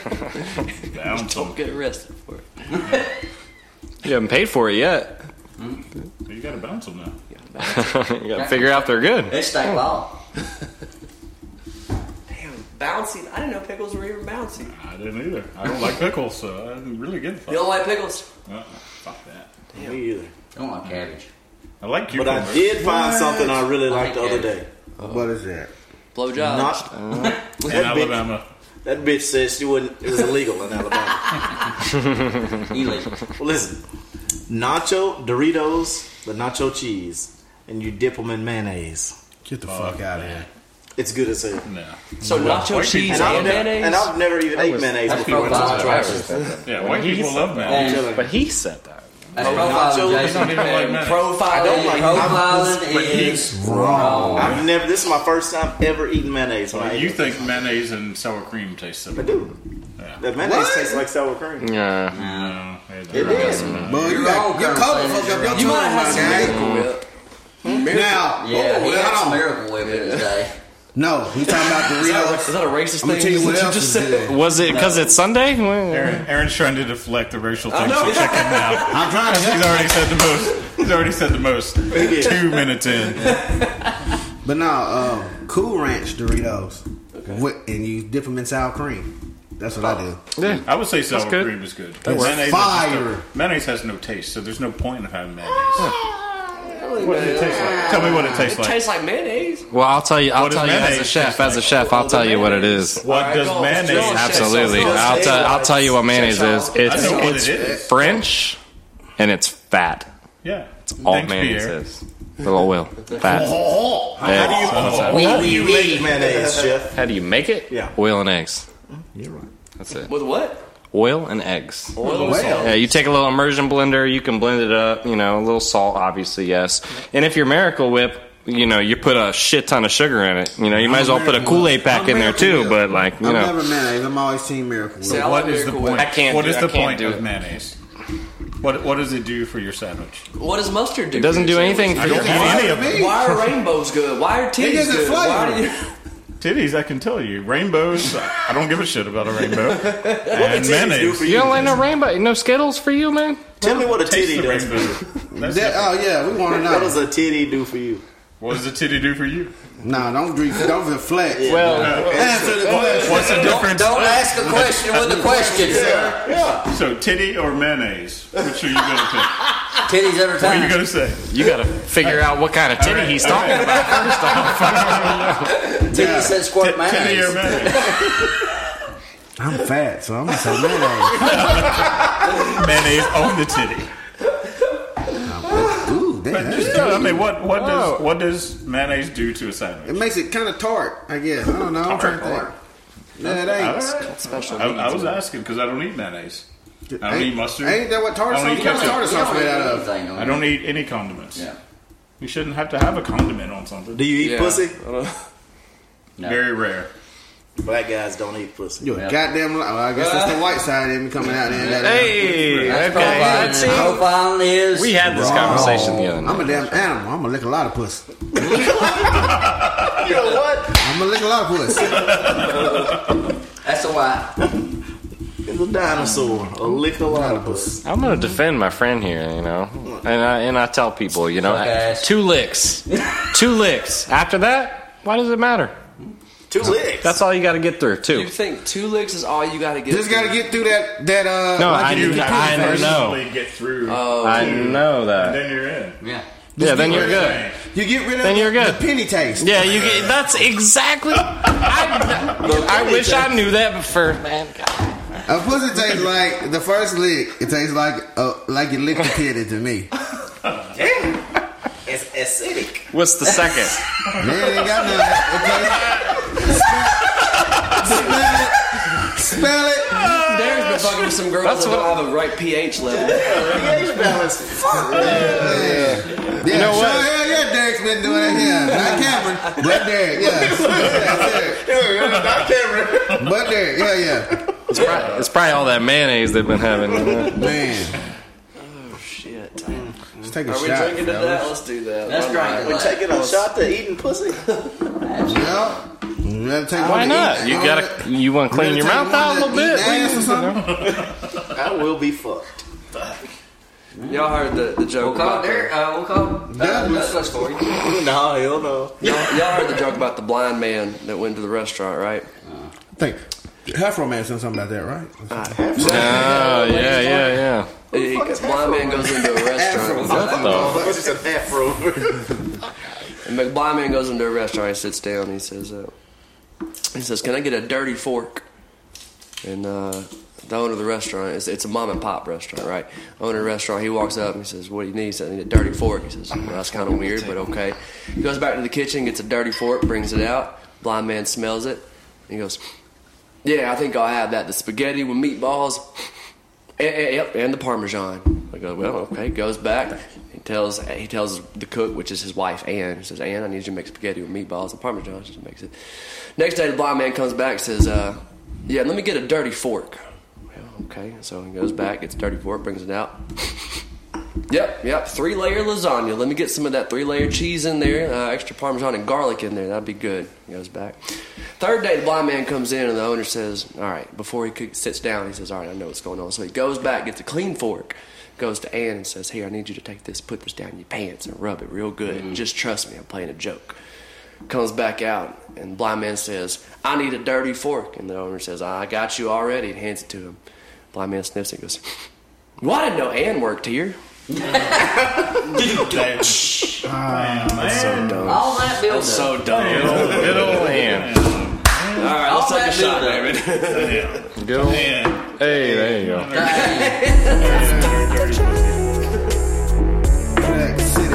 bounce on
don't get arrested for it.
You haven't paid for it yet.
You got to bounce them now.
you gotta figure out they're good.
It's state law.
Damn, bouncing. I didn't know pickles were even bouncy.
I didn't either. I don't like pickles, so I didn't really give a fuck.
You don't like pickles?
Uh-uh, fuck that.
Me either.
I don't like cabbage.
I like
But
cucumbers.
I did find
What?
something I really liked the
like
other
it.
day.
What is that?
Blowjobs.
Not
in
that bitch,
Alabama.
that bitch said she wouldn't. It was illegal in Alabama.
Illegal.
well, listen, nacho Doritos, the nacho cheese, and you dip them in mayonnaise.
Get the fuck out of here.
It's good as hell.
No.
So nacho
white
cheese
people
And
and,
I've, never,
mayonnaise.
and I've never even ate mayonnaise
That's
before.
profile
until I tried it.
Jason.
Yeah, white people love that.
And-
But he said that.
That's profile
Nacho-
Jason.
They don't even like
And
mayonnaise.
Profiling,
don't like-
profiling
But
is
he's
wrong.
I've never. This is my first time ever eating mayonnaise. When I
Well,
ate
you
it.
think mayonnaise and sour cream taste
I
similar?
do.
Yeah.
That mayonnaise tastes like sour cream.
Yeah.
No, they don't.
It is.
But you
You're
got
wrong, Colonel
your color
Sanders,
fucked up
you're
your
wrong.
you might
Oh
have had some
tongue,
miracle whip.
my guy.
Yeah,
Now, oh,
he had some
well, I
miracle whip in his day.
don't- no, he's talking about
Is that, is
Doritos.
that a racist
I'm
thing?
gonna tell you
Is
what
that
else
just
is
said?
good.
Was it because it's Sunday? Well,
Aaron, Aaron's trying to deflect the racial
I
thing,
know.
so check him out.
I'm trying to.
He's already said the most. He's already said the most. Two minutes in.
But no, uh, Cool Ranch Doritos, with, and you dip them in sour cream. That's
Oh.
what I do.
yeah.
I would say sour
good.
cream is good.
That works.
Mayonnaise is just a-
Fire.
mayonnaise has no taste, so there's no point in having mayonnaise.
What does it taste like?
Tell me what it tastes
It
like.
tastes like mayonnaise.
Well, I'll tell you. I'll
What does
tell you as a
mayonnaise
chef.
taste
As a
like?
chef, I'll tell you what it is.
What
Alright,
does
go on.
mayonnaise
Go on,
have?
Chef.
Absolutely.
Go on,
I'll
Chef.
tell. I'll tell you what mayonnaise is.
I
It's
know what
it's
it is.
French, and it's fat.
Yeah.
All
Thanks,
mayonnaise
Pierre.
is little oil fat.
How do you, how do you make mayonnaise, Chef?
How do you make it?
Yeah.
Oil and eggs.
You're right.
That's it.
With what?
Oil and eggs.
Oil and salt.
Yeah, you take a little immersion blender, you can blend it up, you know, a little salt, obviously, yes. And if you're Miracle Whip, you know, you put a shit ton of sugar in it. You know, you might as well put a Kool Aid pack in there too, but like, you
I've
know.
never mayonnaise. I'm always seeing Miracle
See, I like
Whip.
What is the
Miracle
point?
Whip.
I can't
What
do-
is
I
the
can't
point
do
of
it.
mayonnaise? What What does it do for your sandwich?
What does mustard do?
It doesn't do anything
I
for
don't
your
eat
health.
any of it.
Me?
Why are rainbows good? Why are titties
gives it
good? Why do
flavor.
you?
Titties, I can tell you. Rainbows, I don't give a shit about a rainbow. and
do for
mayonnaise.
You don't like no rainbow, no Skittles for you, man?
Tell me what a
Taste
titty
the
does.
rainbow. That's
That,
it.
oh yeah, we want to
What does
know.
a titty do for you?
What does a titty do for you?
Nah, don't drink. Don't reflect.
Well,
Answer the question.
What's the
Don't,
difference?
don't ask a question with a question, sir.
So, titty or mayonnaise? Which are you going to pick? What
Titties every
are you
time.
going to say?
you gotta figure out what kind of titty
Alright,
he's
alright.
talking about first off.
Titties said squirt
Titty or
mayonnaise.
mayonnaise?
I'm fat, so I'm gonna say mayonnaise.
mayonnaise on the titty.
Ooh, damn. that's-
No, I mean, what what does what does mayonnaise do to a
It
sandwich?
makes it kind of tart, I guess. I don't know. I'm trying to think. Nah, it
All
ain't.
right.
Special
I, I was asking because I don't eat mayonnaise. I don't
Ain't-
eat mustard.
Ain't that what tartar
I don't
sauce?
eat
What's
ketchup.
tartar sauce made out of?
I don't eat any condiments.
Yeah.
You shouldn't have to have a condiment on something.
Do you eat
Yeah.
pussy?
No.
Very rare.
Black guys don't eat pussy.
You a goddamn lie. Well, I guess that's the white side in me coming out there.
Hey,
That's
okay,
profiling.
let's see.
Profiling is.
We had this conversation the other
I'm
night.
a damn animal. I'm gonna lick a lot of pussy.
You know what?
I'm gonna lick a lot of pussy.
That's a why.
It's a dinosaur. A lickalotopus.
I'm gonna defend my friend here, you know, and I and I tell people, you know,
Suck ass.
two licks, two licks. After that, why does it matter?
Two legs.
That's all you got to get through. Two.
You think two licks is all you got to get?
Just gotta get through that. That uh.
No,
like
I
you
knew
did the
that.
pig
I
first.
know.
Usually get through,
I know that.
then you're in.
Yeah.
Yeah, then you're good.
Dang.
You get rid of
Then
the,
you're good.
the penny taste.
Yeah, you get. That's exactly. I, I wish I knew that before, man.
A pussy tastes like the first lick. It tastes like uh, like you licked a titty to me.
It's acidic.
What's the second?
Man, it ain't got nothing. Okay. Spell it. Spell it.
There's the fucking some girls
That's
that
what-
don't have a right pH level.
pH balance.
Yeah. yeah. You know sure,
what?
Yeah, yeah, Derek's been doing it. Yeah, not Cameron, but Derek. Yeah, yeah Derek.
Not Cameron.
but Derek. Yeah, yeah.
It's probably, it's probably all that mayonnaise they've been having. you know?
Man,
Shit.
let's take a
Are we
shot.
drinking to
fellas.
that? Let's do that.
Let's
Why
drink
not?
to
We're
that.
taking a shot to eating pussy.
Yep. You gotta take
Why
one to
not?
eat.
You
All
gotta.
right.
You want to clean your
Take
mouth
one
out a
to
little
eat ass or
bit.
something?
I will be fucked.
Y'all heard the, the joke
We'll call
about
it there. Uh, we'll call uh,
That was-
Douglas for you.
no, hell no.
the, y'all, y'all heard the joke about the blind man that went to the restaurant, right?
I think Afro Man said something about that, right?
Oh, yeah, yeah, yeah.
He- blind man goes into a restaurant.
That was just an afro.
and the blind man goes into a restaurant. He sits down. He says, uh, "He says, can I get a dirty fork?" And uh, the owner of the restaurant, it's, it's a mom and pop restaurant, right? Owner of the restaurant, he walks up and he says, "What do you need?" He says, "I need a dirty fork." He says, well, "That's kind of weird, but okay." He goes back to the kitchen, gets a dirty fork, brings it out. Blind man smells it. He goes, "Yeah, I think I'll have that. The spaghetti with meatballs." And, and- Eh, yep, and the Parmesan. I go, well, okay. Goes back. He tells he tells the cook, which is his wife, Anne. He says, Anne, I need you to make spaghetti with meatballs and Parmesan. She makes it. Next day, the blind man comes back and says, uh, yeah, let me get a dirty fork. Well, okay. So he goes back, gets a dirty fork, brings it out. Yep, yep. Three layer lasagna. Let me get some of that three layer cheese in there, uh, extra parmesan and garlic in there. That'd be good. He goes back. Third day, the blind man comes in and the owner says, "All right." Before he cook- sits down, he says, "All right, I know what's going on." So he goes back, gets a clean fork, goes to Anne and says, "Here, I need you to take this, put this down your pants, and rub it real good. Just trust me, I'm playing a joke." Comes back out and the blind man says, "I need a dirty fork," and the owner says, "I got you already," and hands it to him. Blind man sniffs it, and goes, "Well, I didn't know Anne worked here."
All that build up.
So dumb.
Little hand.
All right, let's take a shot, David.
Go. Hey, there you go.
Black City.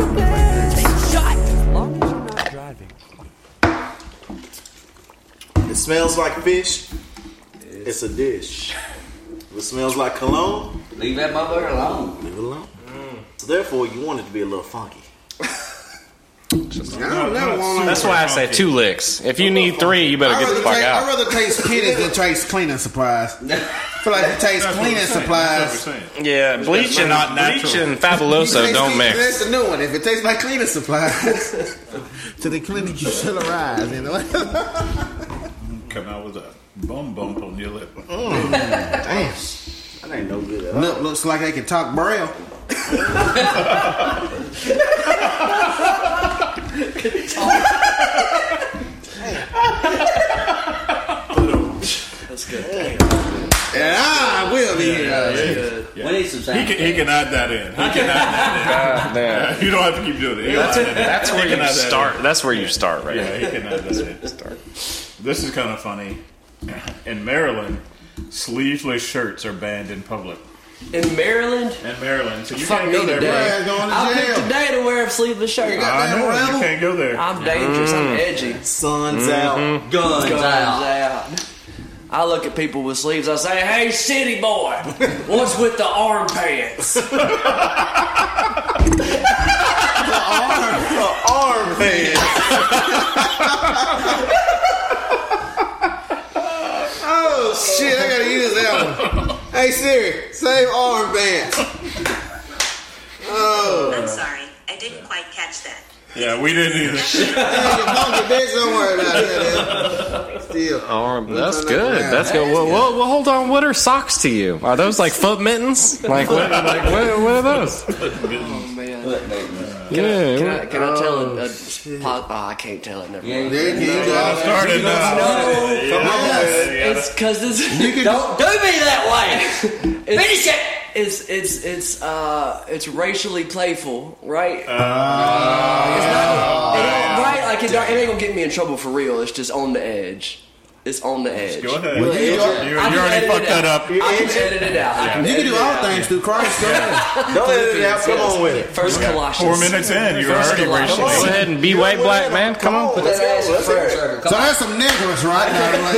It smells like fish. It's a dish. If it smells like cologne,
Leave that motherfucker alone.
leave it alone.
Mm.
So therefore, you want it to be a little funky.
I don't never want
That's why I say two licks. If you need three, you better
I'd
get the
rather,
fuck
take- I'd
out.
rather taste pennies than taste cleaning supplies. I feel like if you taste cleaning supplies.
Yeah, bleach and
not
bleach
natural.
and fabuloso
Taste-
don't mix.
That's the new one. If it tastes like cleaning supplies, to the clinic you shall arrive. You know,
Come out with a bum bump on your lip.
damn.
That ain't no good at all.
Look, looks like they can talk braille.
That's good.
And I will be here.
We need some
He
sound.
can, he can add that in. He can add that
Yeah.
in. You don't have to keep doing it. He'll add that in.
That's where
He can
you
add that in.
start. That's where you start, right?
Yeah, he can add that in. This is kind of funny. In Maryland, sleeveless shirts are banned in public.
In Maryland,
In Maryland, so you
Fuck
can't go
me
there.
today.
bro.
Yeah, going
I
to
picked
jail.
today to wear a sleeveless shirt.
I know
Rebel.
you can't go there.
I'm dangerous. I'm edgy.
Sun's out.
Guns
Guns
out.
out. I look at people with sleeves. I say, "Hey, city boy, what's with the arm pants?"
Arm pants.
Oh shit! I gotta use that one. Hey Siri, save arm bands.
I'm sorry, I didn't quite catch that.
Yeah, we didn't either.
Hey, your monkey bitch, don't worry about that. man. Still.
Arm- that's
Look
good.
around.
That's good. Well, well, well, hold on. What are socks to you? Are those like foot mittens? Like what? Like what, what are those?
Oh man.
Look, baby.
Yeah.
Can I, can I tell a, a po- oh, I can't tell it. Never mind.
Yeah,
There you go.
Started now.
Yes.
It's because it's
You can-
don't do me that way. Finish it. It's it's it's uh it's racially playful, right? It's not- it don't- right? Like it, don't- it ain't gonna get me in trouble for real. It's just on the edge. It's on the edge.
Go ahead.
Well, you
you,
go-
you
I can
already
edit
fucked
it
that
out.
up.
I can edit it out. I can
You can
edit
do
it
all
out.
things through Christ. Go ahead.
Don't edit it out. Come on with it.
First Colossians.
Four minutes in, you're
First
already
Colossians.
Go
racially.
ahead and be white, black man. Come on.
Let's go. Let's
Prayer
hear it.
circle.
So
Come
there's some niggas right now. Like,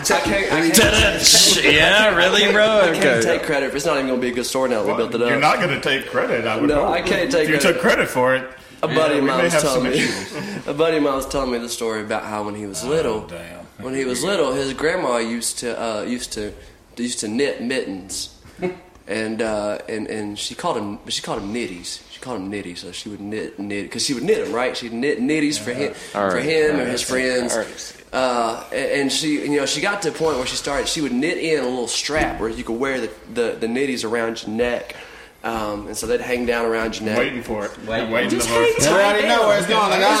I can't, I can't,
yeah, really, bro.
I can't
Okay.
take credit. for It's not even gonna be a good story now. that We built it up.
You're not going to take credit. I would
No,
hope.
I can't take
If you
credit.
took credit for it,
A buddy
yeah,
of
we
mine
may
was
have
telling
some
me.
issues. Oh,
a buddy of mine was telling me the story about how when he was little,
damn.
when he was little, his grandma used to uh, used to used to knit mittens, and uh, and and she called him she called him nitties. She called him nitties. So she would knit knit because she would knit them right. She'd knit nitties for him
All
for
right.
him and
All right.
his friends.
All right.
Uh, and and she, you know, she got to a point where she started. She would knit in a little strap where you could wear the, the, the nitties around your neck, Um, and so they'd hang down around your neck.
waiting for it.
Wait.
I'm waiting
Just
for
hang
it.
I
tight.
already know where it's going. Like, I, I,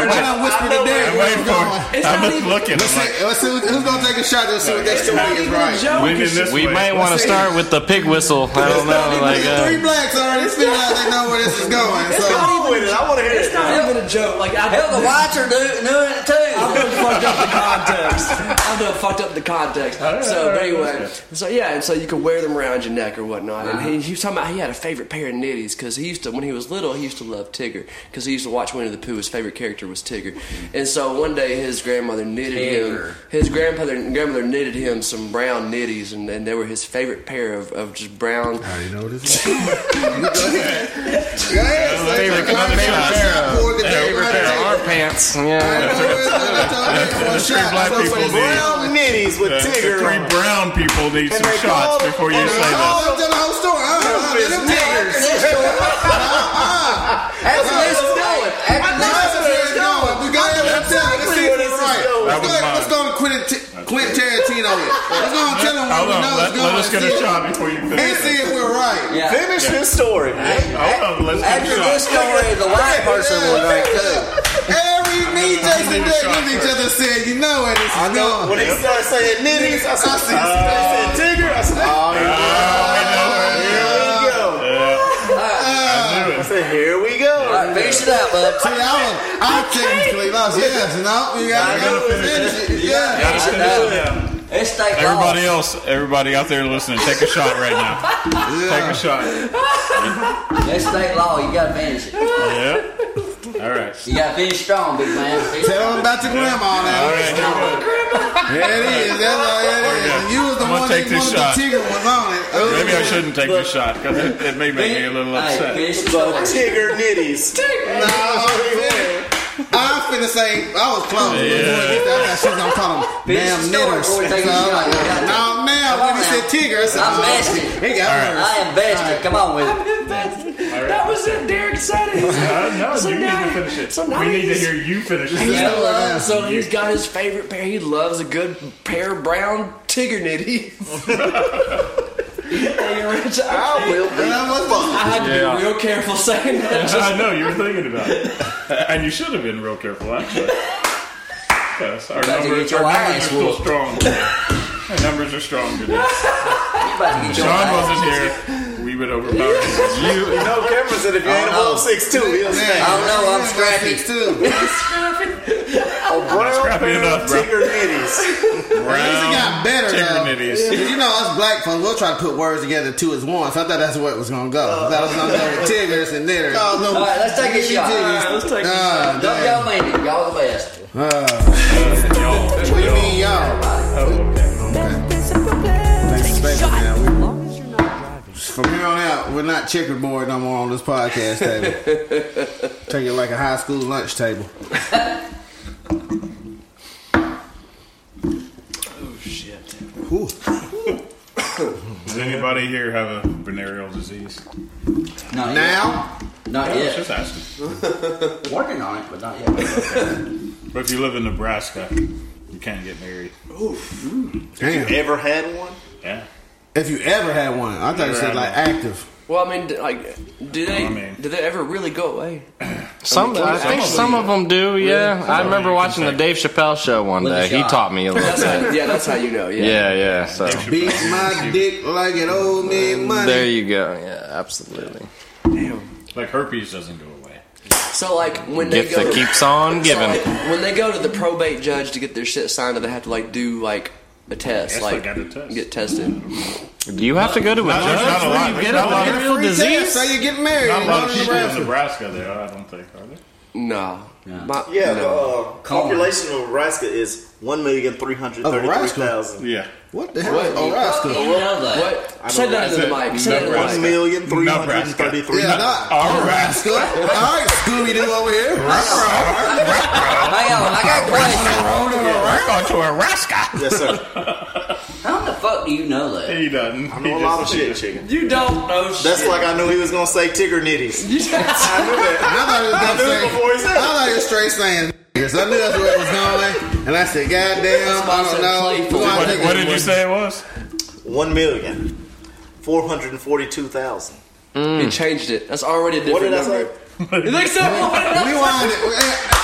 I, done whispered to Derek
I'm
where it's
waiting for
going.
it.
It's
I'm
not
just
even-
looking.
Let's
I'm like,
see, let's see who- who's gonna take a shot. Let's see what that story is right.
Joke
women
is-
this
We
way.
may want to start with the pig whistle. I don't know. Like,
three
uh,
blacks already feel like they know where this is going.
It's
So
not even.
with it. I want to hear
It's
it.
not even a joke. Like I
Hell, the watcher do, knew it
I've
too.
done fucked up the context. I've done fucked up the context. So
right,
anyway, so yeah, and so you could wear them around your neck or whatnot. And he, he was talking about he had a favorite pair of nitties because he used to when he was little he used to love Tigger because he used to watch Winnie the Pooh. His favorite character was Tigger, and so one day his grandmother knitted
Tigger.
him. His grandmother grandmother knitted him some brown nitties, and, and they were his favorite pair of, of just brown.
I already know what this is. Go ahead. Go ahead. Say
favorite
it. Go ahead.
pair
Pour the
favorite
Tigger.
pair of our pants.
I
Yeah.
know where it's going. That's all I need for a shot.
black
So for
people
this
need-
round,
Brown nitties with
The
Tigger
three
on.
brown people need
And
some
they
shots
call-
before you
and
say
they
that.
call-
Oh, tell the whole story. Uh, uh, let them tell it.
That's where this is going.
That's where it's going. We gotta let them tell it. Let's see if it's right.
That
Let's go
was
ahead.
mine.
Let's go and Quentin T- Quentin Tarantino it. Let's go and tell them what
Hold
we
on,
know
let,
is
let us get
going.
a shot before you finish.
And see
it.
if we're right.
Yeah.
Finish this story.
Hold on, Oh, let's get
After
a
this
shot.
story, the white person will drink too.
Every me, Jason Dick, looked at each other and said, you know where this is
I know when
going.
they started saying nitties, I said,
Uh,
they said Tigger. I said, oh, here
Ah,
we go.
I knew
I
it.
said, here we
All
go.
right, finish it up, bud.
See, I was, I technically lost. Yes, no, you gotta go finish it. Yeah.
Gotta finish it down.
It's state
Everybody
law.
else, everybody out there listening, take a shot right now. Take a shot.
It's state law. You gotta finish it.
Yeah. All right.
You gotta finish strong, big man.
Tell them about your grandma
All
now.
right. Here we go.
There it is. That's all it is.
Okay.
And you was the
I'm gonna
one
take
that
this
wanted
shot.
the Tigger was on it. Oh,
Maybe I shouldn't take this shot because it, it may make me a little
Hey,
upset.
finish the
But
story.
Tigger nitties.
no, I'm finna say I was close.
Yeah.
That's what she's gonna call them
Finish
damn
the story
knitters. So
before we take a
I'm
shot.
like,
You gotta-
no,
Come
ma'am,
on
when you
now.
said Tigger, I said,
I'm
oh,
messy.
He got
All right.
hers.
I am vested. Come on with it.
That was it. Derek said it.
Uh, no,
So
you need
now-
to finish it.
so now
we need to
he's-
hear you finish it.
He
Yeah.
loves, so he's got his favorite pair. He loves a good pair of brown tigger nitties. hey, Rich, I,
I will
And
be.
I was like,
I had to
Yeah.
be real careful saying that. Just,
I know you were thinking about it, and you should have been real careful actually. Yes, our
About to
numbers,
get your
our numbers are
ass
still
whooped.
strong. Today. Our numbers are strong today.
You about to get your
John
ass.
wasn't here. We would overpower him.
You
No camera said if you ain't a
Oh, no.
162, he'll
man,
snap.
don't know, I'm
yeah,
scrappy.
too.
A "Oh, brown
Scrappy
pair
enough,
of
bro.
Tigger nitties.
Brown
got better,
Um, tigger
though.
nitties.
Because you know, us black folks, we'll try to put words together two as one. So I thought that's where it was going to go. I thought it was going to go with tigers and knitters. Oh, no.
Uh, All right, let's take a shot.
Tigers.
All right, let's
take a
Ah,
Don't
damn.
y'all mean it. Y'all the best.
What do you mean, y'all? Thanks for space now. We- From here on out, we're not checkerboard no more on this podcast table. Take it like a high school lunch table. oh, shit.
Does anybody here have a venereal disease?
Not
Now,
yet. Not
I was
yet.
just asking.
Working on it, but not yet.
But if you live in Nebraska, you can't get married.
damn.
Ever had one?
Yeah.
If you ever had one, I thought you said like active.
well, I mean, d- like, do they
I mean-
do they ever really go away?
some, I think some of them do. Yeah, I remember watching the Dave Chappelle show one
With a
day. He
shot.
taught me a little
That's
bit.
how, yeah, that's how you know. Yeah.
Yeah, yeah. So
Beat my dick like it owed me money.
there you go. Yeah, absolutely.
Like herpes doesn't go away.
So like when they
Gift
go
that keeps on
so,
giving.
like, when they go to the probate judge to get their shit signed, do they have to like do like a test,
Yes, they
like
got a test.
get tested?
Do you have to go to a
Not- there's
judge
not a lot.
when you
There's
get
not
a
a lot of
venereal disease?
So you get married.
Not a
and
lot
go
of
to
people in
Nebraska.
Nebraska, though. I don't think are there.
No. My-
Yeah, the
no.
uh, population of Nebraska is 1,333,000.
Yeah.
What the hell?
What?
is Nebraska.
You know that.
what? Say that into the
That's
mic.
it.
Say that into the mic.
1,333,000.
Yeah, not Nebraska. All right, Scooby Doo over here.
Hang on, I got a question.
Going to Nebraska.
Yes, sir.
How the fuck do you know that?
He doesn't.
I
He
know a lot of
just-
shit, chicken.
You don't know shit.
That's like I knew he was going to say Tigger nitties. I knew
I
that.
thought it was
I
gonna
knew
say-
it before he said
I
it.
thought it was straight saying. Because I knew that's where it was going, and I said, "God damn, I don't know." Who I
What,
think
what
it
did you
was.
say it was?
1,442,000.
He changed it. That's already a different
did I
number. You think so?
Rewind it. Eh,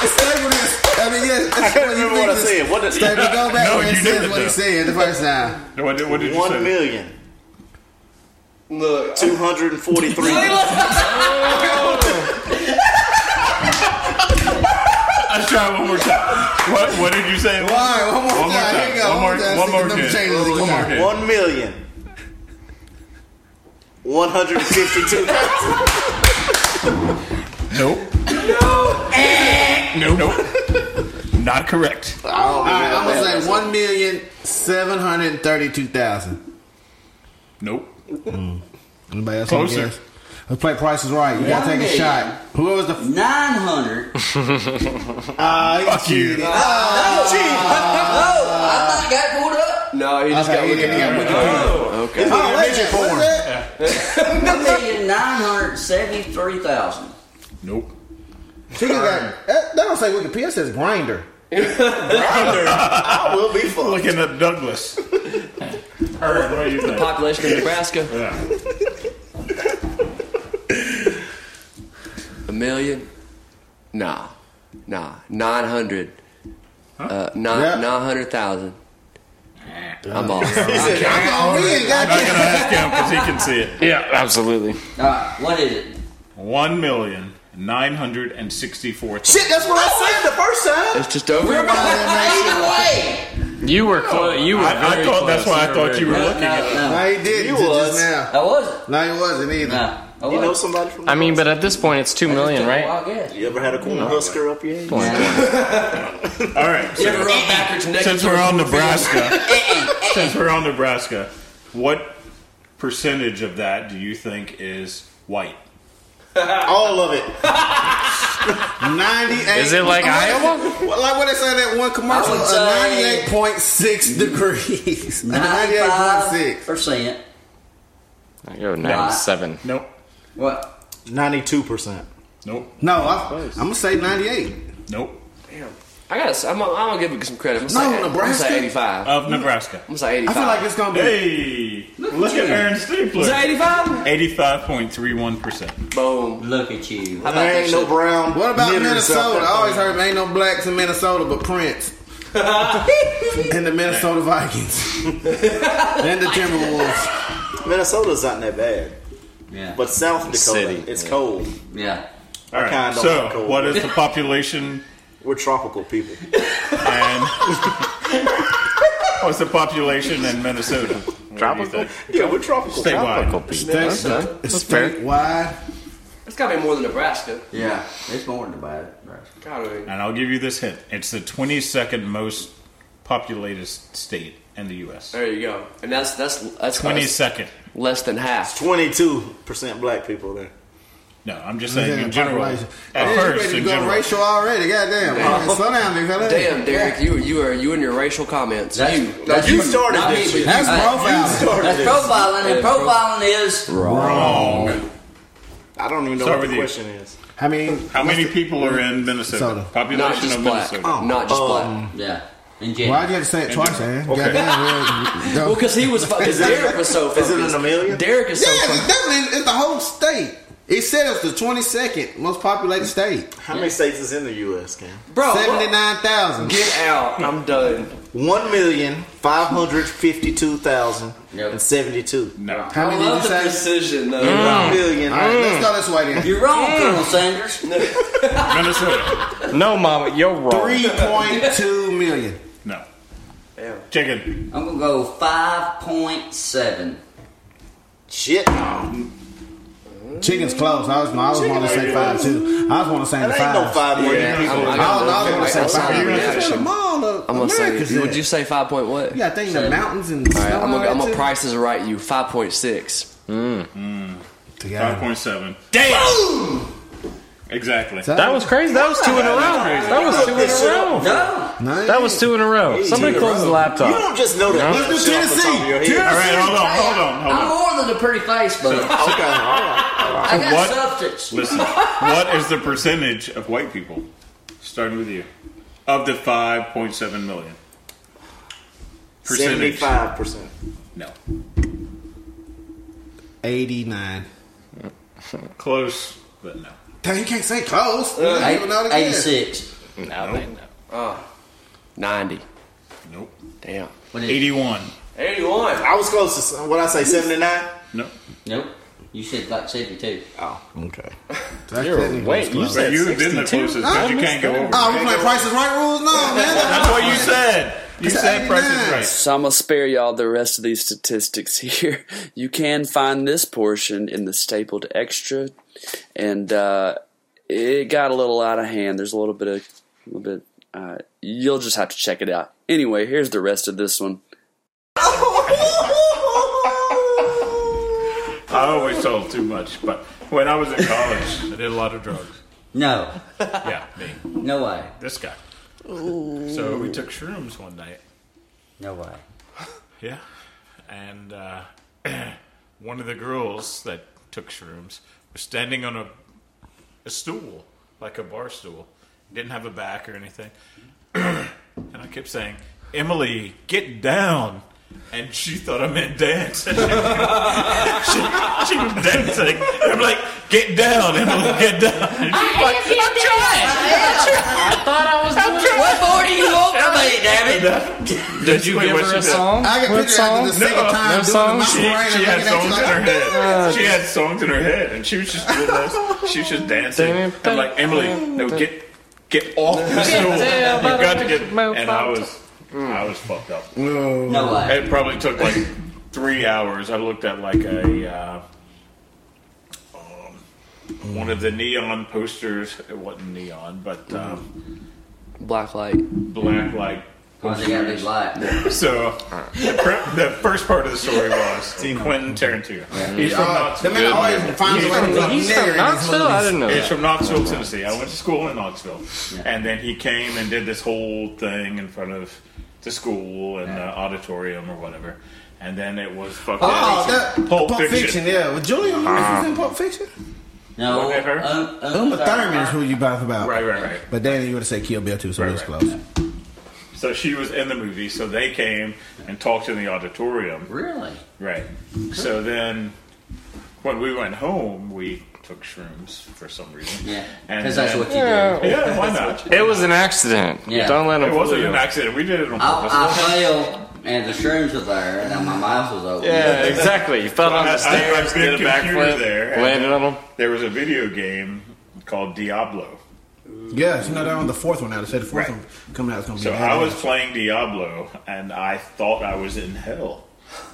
Stable this. I mean, yes.
I can't remember what I said. What
Stable,
did,
go back
No,
where it
you did
says
it,
what he
though.
said the first time.
What did, what did you say?
one million
Look,
two hundred and forty-three.
Let's try it one more time. What, what did you say? it was?
Alright, one more
One more
time. Here you go. time. See if them
time. One more- one more kid.
changes
One
again.
more kid.
One million. One hundred and fifty-two thousand.
Nope. No. nope. Nope. Not correct.
All
All right, I'm gonna say one million seven hundred thirty-two thousand.
Nope.
Anybody else want to
Closer.
guess? Let's play Price is Right. You gotta
One
take a
million.
shot. Who was the? F-
Nine hundred.
uh,
Fuck you.
I thought I got pulled up.
no, he just
Okay,
got
he didn't
Wikipedia.
get
Oh, okay.
Oh, wait, what was that?
One million nine hundred seventy-three thousand.
Nope.
She just got- that- That don't say Wikipedia. It says Grinder.
I will be fucked.
Looking at Douglas. Herb, what do you think?
Population of Nebraska:
Yeah.
a million. Nah, nah, nine hundred. Uh, nine
Yeah.
nine hundred thousand. I'm off.
I'm gonna win.
I'm not
goddamn.
going to ask him because he can see it.
Yeah, absolutely.
All right, what is it?
One million nine hundred and sixty-four thousand.
Shit, that's what I said the first time.
It's just over.
You were close. You were.
I, I
very
thought that's
close.
why I thought you were
No,
looking at it.
no,
No, he did.
You
just
was.
now.
I wasn't.
No, he wasn't either.
No, I
You
wasn't.
know somebody from?
I mean, uh, but at this point, it's two million, right?
Well, I guess.
you ever had a corner husker up your head?
All right.
You
so-
ever run backwards and
since
naked?
we're on Nebraska, since we're on Nebraska, what percentage of that do you think is white?
All of it.
Ninety-eight.
Is it like Iowa?
Well, like what they say in that one commercial?
I would
Uh,
say-
Ninety-eight point six degrees. Ninety-eight point
Ninety-five
six.
percent.
I go ninety-seven.
Nope.
What?
Ninety-two percent.
Nope.
No, I, I'm gonna say ninety-eight.
Nope.
I gotta. say- I'm. gonna- I'm gonna give it some credit. I'm gonna
No,
say, I'm gonna
Nebraska.
say 85. I'm
Of Nebraska.
gonna say 85.
I feel like it's gonna be.
Hey, look,
you.
at Aaron
Was that 85?
Stiefler. 85.31%.
Boom.
Look at you.
How about that shit?
brown.
What about
knitters out
Minnesota?
there.
I always heard there ain't no blacks in Minnesota but Prince. and the Minnesota Vikings. and the Timberwolves.
Minnesota's not that bad,
Yeah.
but South Dakota,
city,
it's
yeah.
cold.
yeah.
All
kinda
right.
don't like
So,
cold.
what is the population
We're tropical people.
and what's the population in Minnesota? What do you
Tropical?
think?
yeah, we're tropical.
Tropical
Statewide.
people.
That's,
fair.
Why?
It's gotta be more than Nebraska.
Yeah. It's more than about it.
Gotta be.
And I'll give you this hint: it's the 22nd most populated state in the U.S.
There you go. And that's that's that's
22nd.
less than half.
Twenty-two percent black people there.
No, I'm just saying in
Population.
general.
Yeah,
At
you
first,
ready to
in
go
general.
racial already? Goddamn. Damn. Slow down, nigga. Slow down.
Damn, Derek, you you are you and your racial comments.
That's-
you.
that's-
You started
Not
this
me,
shit.
but
That's
you-
profiling.
Started
That's
this.
profiling, and
Yeah, pro-
profiling is
Oh.
I don't even know
Start
what
with
the
you.
question is.
I mean,
How many people are in Minnesota?
Minnesota.
not
Population
just
of
black.
Minnesota.
Oh,
Not just
um,
black.
yeah. In general.
why'd you have to say it twice, man?
Okay.
Goddamn.
Well,
Well,
because Oh, he was because
it-
Derek was so
is
focused.
it an Amelia?
Derek is so
yeah, it's
focused.
definitely it's the whole state. It said it's the 22nd most populated state.
How many states is in the U.S. Cam?
Bro, Oh, what?
79,000.
get out. I'm done.
One million five hundred fifty-two thousand
Yep.
and seventy-two.
No.
I
How many did
love
you
the
say?
precision though.
Mm.
One million.
All right, let's go this way then.
You're wrong, Colonel Sanders.
Oh.
Minnesota.
No, mama, you're wrong.
3.2 million.
No.
Damn.
Chicken.
I'm gonna go five point seven.
Shit.
Chicken's close. I was, I was want to say five too. I was want to say the
That ain't no
five.
five million
Yeah,
people.
I'm-
I was, I was want to
That's
say
not
five.
a
That's where
reaction.
the mall of
I'm gonna
America's
say.
at.
Would you say five point what?
You got to think the mountains and
All
snow.
right, I'm gonna,
and
I'm
all
gonna
that,
price is right. You five point six.
too. Together.
5.7. Damn! Exactly.
So-
That was crazy. That was two in a row. That was two in a row.
No.
No,
That was two in a row. Somebody close the
You
laptop.
don't just know that.
No.
shit off the top of your head.
All right, hold on, hold on, hold
I'm
on.
more than a pretty face, but
Okay, all right.
I got
What?
substance.
Listen, what is the percentage of white people, starting with you, of the 5.7 million? Percentage.
Seventy-five percent.
No.
89.
Close, but no.
Dang, you can't say close.
Uh,
You don't even know the guess.
86.
No, they- no.
90.
Nope.
Damn.
What is it?
81.
81.
I was close to what I say, seventy nine.
Nope.
Nope. You said like 72.
Oh, okay.
That's
You're,
technically
wait, you
close.
But
said
you've been the
62?
closest, but you
I
can't go over.
Oh, we playing Price is Right rules? No, man.
That's what you said. You
It's
said Price
89.
is
So I'm gonna spare y'all the rest of these statistics here. You can find this portion in the stapled extra, and uh, it got a little out of hand. There's a little bit of, a little bit. Uh, you'll just have to check it out. Anyway, here's the rest of this one.
right. I always sold too much, but when I was in college, I did a lot of drugs.
No.
Yeah, me.
No way.
This guy. So we took shrooms one night.
No way.
Yeah. And uh, one of the girls that took shrooms was standing on a, a stool, like a bar stool. Didn't have a back or anything. and I kept saying, Emily, get down. And she thought I meant dance. she, she was dancing. And I'm like, get down, Emily, get down. And she's like, I'm trying.
thought I was doing
What more do you want from me, damn it?
Did you
Wait,
give
what
her
she
a
did.
song?
I can
What
picture after the second
No,
time
no
doing
songs?
the
She, she had songs in her
head.
head. She had songs in her head, and she was just doing this. She was just dancing. I'm like, Emily, no, get get off the stool. You got to get. And I was, I was fucked up.
No way.
It probably took like three hours. I looked at like a uh, um, one of the neon posters. It wasn't neon, but um,
Black light.
black like.
Why Oh, they gotta be black?
So the, pr- the first part of the story was Quentin Tarantino. He's from
Uh, The
Knoxville.
man always finds a way to put
He's from
nigger in his
Knoxville? I
movies.
didn't know
He's
that.
from Knoxville, Tennessee. I went to school in Knoxville, and then he came and did this whole thing in front of the school and the auditorium or whatever. And then it was fucking
Oh, that
Pulp, Fiction. Ah.
yeah. With Julia Louis in Pulp Fiction.
No.
Whatever.
Um, um,
Uma
sorry.
Thurman is who you both about.
Right, right, right.
But Danny, you would have said Kill Bill too, so
Right,
it was
right.
close.
So she was in the movie. So they came and talked in the auditorium.
Really?
Right. So then, when we went home, we took shrooms for some reason.
Yeah.
And
Because that's
then-
what you do.
Yeah, why not?
It was an accident.
Yeah.
Don't let him
It
fool
wasn't an
you.
accident. We did it on
I,
purpose.
I fell, and the shrooms were there, and my mouth was open.
Yeah, exactly. You fell on
I- I-
the stairs,
I had a big
did a
computer
backflip,
there, and
landed on him.
There was a video game called Diablo.
Yes, you know they're on the fourth one now. They said the fourth
Right.
one coming out is going to be.
So
bad.
I was playing Diablo, and I thought I was in hell.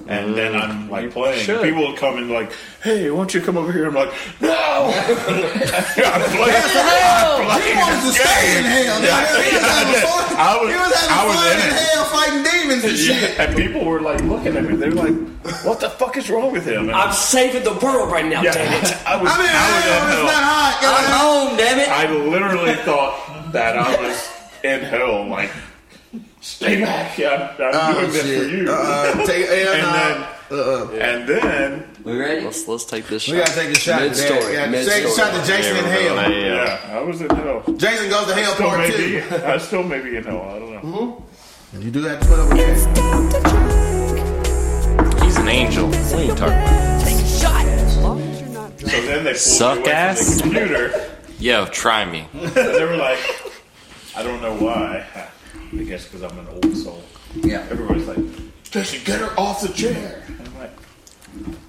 And then
Mm.
I'm like playing.
should.
People would come and like, "Hey, won't you come over here?" I'm like, "No, I'm playing. I'm
He
playing
wanted to
this
stay in
game."
hell.
Yeah.
nigga. He was having fun.
I was-
he was having
I was
fun
in
in,
it.
hell fighting demons and shit.
Yeah, and people were like looking at me. They're like, "What the fuck is wrong with him?" And
I'm saving the world right now,
yeah,
damn it.
I was,
I'm in
I was
hell.
in
It's
hell.
not hot.
I'm
goddamn.
home, damn it!
I literally thought that I was in hell. Like, stay back. Yeah, I'm, I'm
Oh,
doing this
shit.
for you.
Uh, take hell,
And
nah. uh,
And then,
We ready?
Let's, let's take this shot.
we gotta take a shot. to that.
Mid-story,
We gotta
mid-story.
take a shot to Jason in hell.
yeah, I was in hell.
Jason goes to hell
Still
part
may be,
two.
I still may be in hell. I don't
Mm-hmm.
know.
You do have to put up with that.
He's an angel. What are you talking about?
So then they pulled
Suck
me away
ass.
from the computer.
Yo, try me.
and they were like, I don't know why. I guess because I'm an old soul.
Yeah.
Everybody's like, Jason, get her off the chair. And I'm like,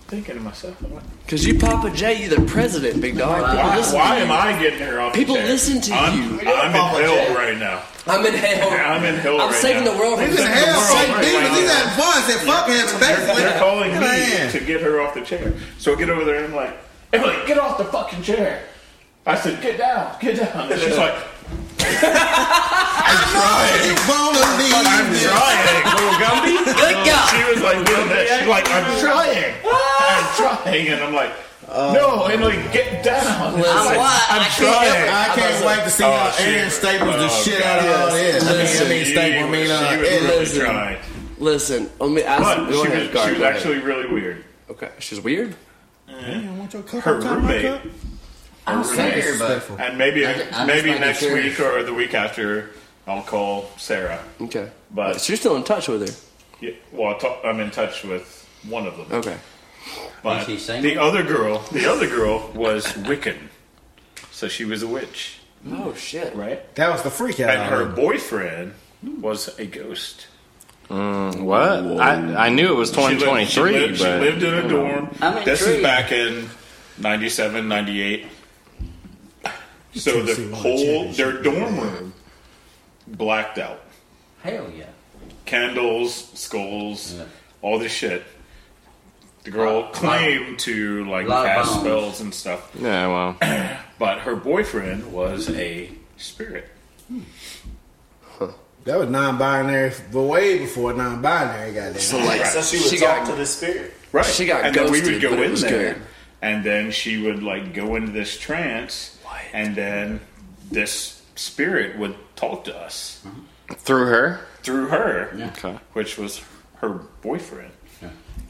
thinking to myself, I'm like,
Because you Papa J, you the president, big dog. People
why,
listen-
why am I getting her off
People
the chair?
listen to
I'm,
you.
I'm
Papa
in hell
J.
right now.
I'm in hell.
I'm in hell
I'm
right
saving
now.
the world from
He's in
the
hell
world
fighting
right
demons.
now.
He's having fun. Said fuck him. Basically,
They're calling me
Man.
to get her off the chair. So I get over there and I'm like, Emily, get off the fucking chair. I said, get down, get down. And she's like,
You wanna leave
I'm
me.
trying. Little Gumby? Good
God.
She was like doing that. She's like, I'm trying. I'm trying. And I'm like, no, Emily, get down. And she's
I'm
like,
what? I
I'm
can't
trying.
Oh. I can't wait to see how
Oh, shit.
Aaron Staples the
Oh,
shit
God.
out of all this. I mean, I
She
mean, Staples, I mean,
was-
uh,
she was really
Ed-
listen.
trying.
Listen, let me ask
But
go
she
ahead,
was,
Gar,
she was
go ahead.
actually really weird.
Okay, she's weird.
Her roommate,
I'm scared, but
and maybe
I just- I just
maybe
making
next
sure.
week or the week after, I'll call Sarah.
Okay.
But-
So you're still in touch with her.
Yeah, well, I talk, I'm in touch with one of them.
Okay.
But
Is she single?
the other girl, the other girl was Wiccan, so she was a witch,
Oh shit!
right?
That was the freak out.
And her
Um,
boyfriend was a ghost.
What? I, I knew it was
She lived-
2023,
She lived, she
but
lived in a dorm.
I'm
this
intrigued.
is back in 97, 98. So
Tennessee won
the
the
whole
championship.
their dorm room blacked out.
Hell yeah.
Candles, skulls,
Yeah.
all this shit. The girl
Uh,
Lot-
claimed to like
lot of
cast
bones.
spells and stuff,
yeah, well,
but her boyfriend was a spirit.
That was non-binary, but way before non-binary got
So
there.
like
So she would
she
talk
got
to the spirit.
Right.
She got
and then we
ghosted,
would go
but it
in
was
there,
good.
and then she would like go into this trance, and then this spirit would talk to us
Uh-huh.
through her.
through her,
Okay.
which was her boyfriend.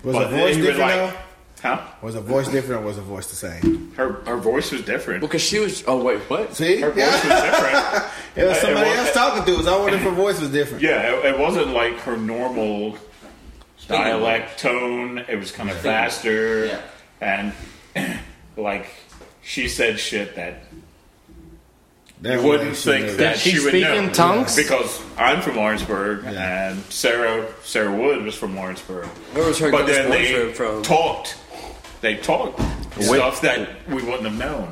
Was her
then
voice
he would,
different
like- Huh?
though? Was her voice different or was her voice the same?
Her her voice was different.
because she was. Oh wait, what?
See,
Her voice
Yeah.
was different.
it was
it
somebody
was-
else talking to us. I wonder if her voice was different.
Yeah, it, it wasn't like her normal dialect tone. It was kind of faster,
Yeah.
and like she said shit that
That
I wouldn't
was actually-
think that
she
she, would
speak
know.
in tongues?
because I'm from Lawrenceburg
Yeah.
and Sarah Sarah Wood was from Lawrenceburg.
Where was her
But
ghost
then they
boyfriend from?
talked. They talked stuff that we wouldn't have known,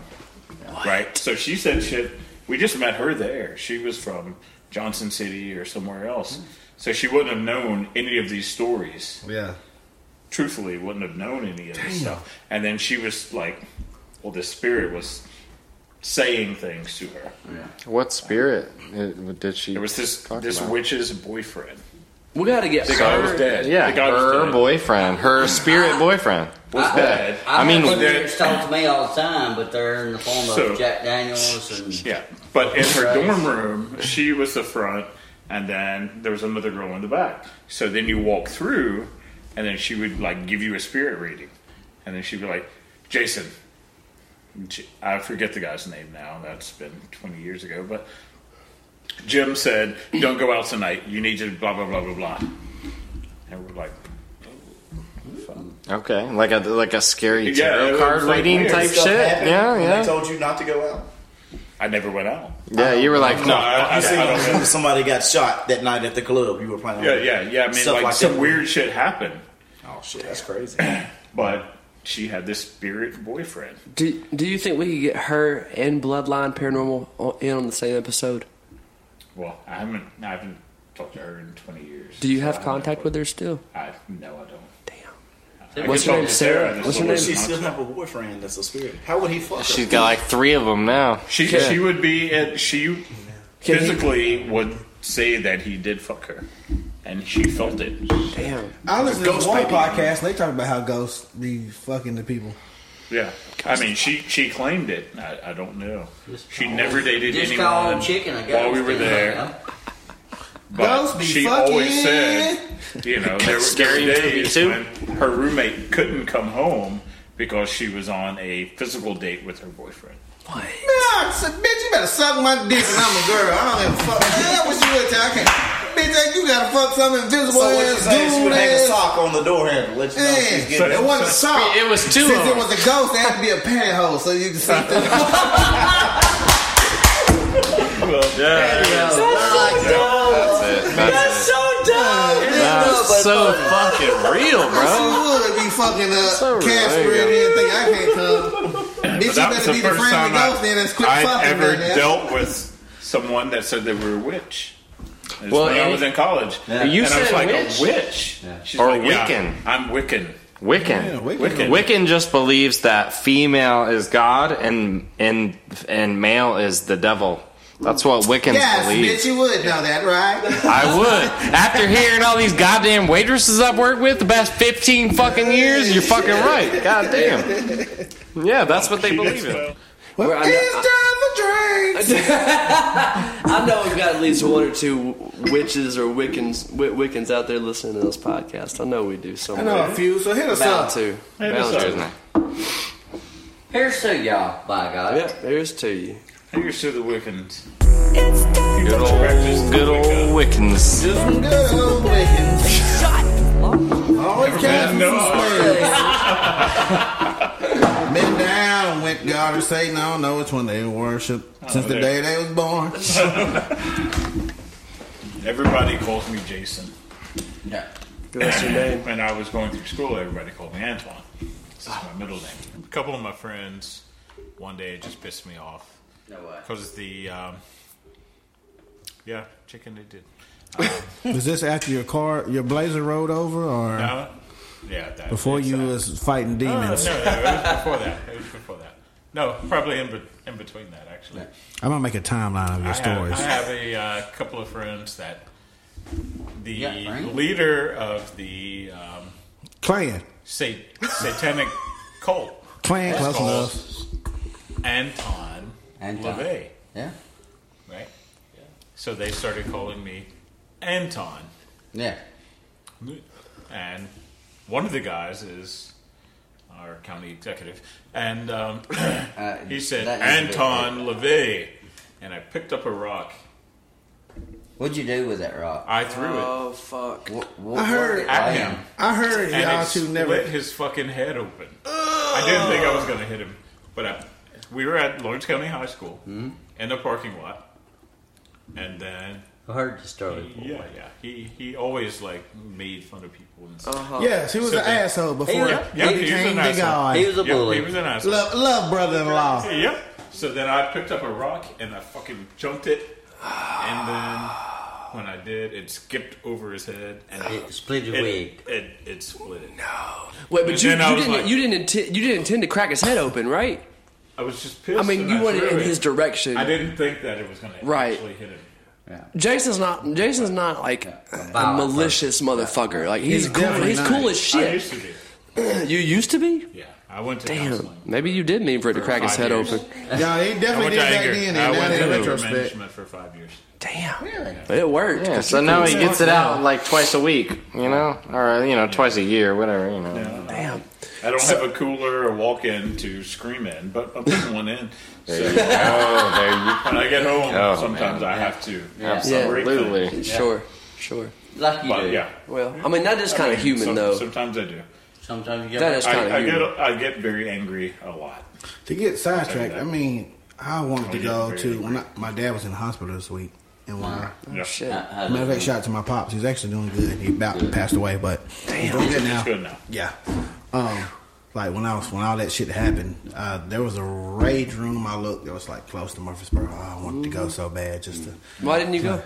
right? So she said shit. We just met her there. She was from Johnson City or somewhere else, so she wouldn't have known any of these stories
Yeah.
truthfully wouldn't have known any of this stuff. And then she was like, well, the spirit was saying things to her.
What spirit i- did she?
It was this
talk
this
about?
witch's boyfriend.
We gotta get.
The guy was
her-
dead.
Yeah,
the guy was
her
dead.
boyfriend, her spirit boyfriend.
Was dead.
I mean-
have spirits talk to me all the time, but they're in the form of
So-
Jack Daniels and
Yeah, but in her dorm room, she was the front, and then there was another girl in the back. So then you walk through, and then she would like give you a spirit reading, and then she'd be like, "Jason," J- I forget the guy's name now. That's been twenty years ago, but Jim said, "Don't go out tonight. You need to blah blah blah blah blah." And we're like,
Okay, like a like a scary
Yeah, it
tarot
was
card
like
reading
weird
type
Stuff
shit.
happened
Yeah,
when They
yeah,
told you not to go out.
"I never went out."
yeah. You were like,
No, I, I, I
You seen
don't know.
somebody got shot that night at the club. You were playing.
Yeah, yeah, yeah. I mean,
Stuff
like,
like
some
that.
weird shit happened,
Oh shit, that's crazy.
but she had this spirit boyfriend.
Do, do you think we could get her and Bloodline Paranormal on- in on the same episode?
Well, I haven't, I haven't talked to her in twenty years.
Do you
so I
have
don't know
contact
what-
with her still?
I no, I don't.
Damn.
I
What's
could
her
talk
name,
to
Sarah?
That's
What's
the
her
worst
she
option.
still have a boyfriend that's a spirit. How would he fuck her?
she's got like three of them now.
She
Yeah.
she would be at she
he-
physically would say that he did fuck her, and she felt it.
Damn.
I listen to this
Ghost
one
baby.
podcast. and They talk about how ghosts be fucking the people.
Yeah, I mean she she claimed it. I, I don't know.
Just
She
call-
never dated
just
anyone
call chicken a ghost
while we were
then, you
there.
know?
But
Ghost be
she
fucking-
always said, you know, there were
Scary
scary
movie
days
too.
when her roommate couldn't come home because she was on a physical date with her boyfriend.
Nah, I said, bitch, you better suck my dick and I'm a girl. I don't give a fuck. Man, I wish you would tell. I can't. Bitch, ain't you gotta fuck some invisible
so what you
ass
saying? She
dude
would hang a
ass.
sock on the door handle. Let you know
Yeah.
she's getting.
it wasn't a sock.
It was two
Since
of
it
them.
was a ghost, it had to be a pantyhose so you can see through.
Well, yeah.
That's it. That's, it. That's so fucking real,
She
bro.
would be fucking up
So rude.
Casper
There
and
you
everything. I can't come. Bitch, you
That was
better
the
be the
first
friendly
time I-
ghost then and quit
I've
fucking
ever
right now.
dealt with someone that said they were a witch. It was
Well,
when I
and-
was in college.
You
and I was
said
like,
witch?
a witch? She's
Or
like, yeah,
Wiccan.
I'm Wiccan.
Wiccan.
Wiccan.
Wiccan.
Wiccan just believes that female is God and and and male is the devil. That's what Wiccans
Yes,
believe.
bitch, you would know that, right?
I would. After hearing all these goddamn waitresses I've worked with the past 15 fucking years, you're fucking right. Goddamn. Yeah, that's what they believe in.
Where I,
it's
know,
time for drinks.
I know we've got at least one or two witches or Wiccans, Wic- Wiccans out there listening to this podcast. I know we do.
I know
Somewhere.
a few, so hit us
Bound
up.
to.
Hey,
Bound
what's
to.
up?
Here's to y'all, by God.
Yep, here's to you.
Here's to the Wiccans.
It's time
Good old, good old Wiccans.
Do some good old Wiccans. Always cast
No.
some Men down with God or Satan. I don't know which one they worship since the day they was born.
Everybody calls me Jason.
Yeah.
That's your name.
When I was going through school, everybody called me Antoine. This is my middle name. A couple of my friends, one day, it just pissed me off
No way.
because the um, yeah chicken they did.
Was this after your car, your blazer rode over, or
No, Uh, yeah, that,
before
it's,
you
uh,
was fighting
no, no, no,
demons?
no, it was before that. It was before that. No, probably in, be- in between that actually.
I'm gonna make a timeline of your
I have,
stories.
I have a uh, couple of friends that the
Yeah, right.
leader of the um,
Clan,
sat- satanic cult,
clan, close
called
enough.
Anton,
Anton.
LaVey,
Yeah.
right? So they started calling me Anton.
Yeah.
And one of the guys is our county executive. And um,
Uh,
he said,
that is a bit
Anton
big.
LaVey. And I picked up a rock.
What'd you do with that rock?
I threw it.
Oh fuck!
Wha- wha-
I heard-
what-
At
why-
him.
I heard
and
y'all
it
two
split
never.
his fucking head open. I didn't think I was going to hit him, but I, we were at Lawrence County High School
Hmm?
in the parking lot, and then
I heard the story.
yeah, yeah, he he always like made fun of people and stuff.
Uh-huh.
Yes, he was
So
an
they-
asshole before
Yeah,
yeah,
he
he was
became
an
the
asshole.
He
guy.
was a
Yep,
bully.
he was an asshole.
Love, love brother-in-law.
Yep. So then I picked up a rock and I fucking jumped it, and then when I did, it skipped over his head and
It split his
it,
wig.
It, it, split it.
Wait,
And
but you, you
then I was
didn't
like-
you didn't intend you didn't intend to crack his head open, right?
I was just pissed.
I mean,
and
you went
threw
in
it.
his direction.
I didn't think that it was going to
Right.
actually hit him.
Jason's not Jason's not like a
violent
malicious motherfucker. Like he's
He's
cool.
definitely
He's
not.
cool as
I
shit.
used to be.
You used to be.
Yeah, I went to
Damn.
counseling.
Maybe you did mean for it to
For
crack his
five
head
years.
open.
No, he
I
definitely
went
did
to
back
anger.
then.
I
And now
went
they
to anger
retrospect.
management for five years.
Damn. It worked.
Yeah,
'cause
so
you
now
cool
he
as
gets
fuck
it out
now.
like twice a week, you know, or you know, twice a year, whatever, you know.
Damn.
I don't have a cooler or walk-in to scream in, but I'm putting one in. So when
Oh, there you
I get home,
Oh,
sometimes I have to.
absolutely.
Sure. Sure.
Like you
But
do.
yeah,
Well, I mean that is kind of human
some-
though.
Sometimes I do.
Sometimes you
That
got
is kind
I,
of
I get
human.
I get very angry a lot.
To get sidetracked, I mean, I wanted to
Oh, yeah,
go
very
to when I, my dad was in the hospital this week, and when I,
Yeah.
Oh, Shit.
I- I
matter of fact, shout out to my pops. He's actually doing good. He about passed away, but he's doing good now.
It's good now.
Yeah. Um, like when I was when all that shit happened, uh, there was a rage room I looked that was like close to Murfreesboro. Oh, I wanted to go so bad just to.
Why didn't you go?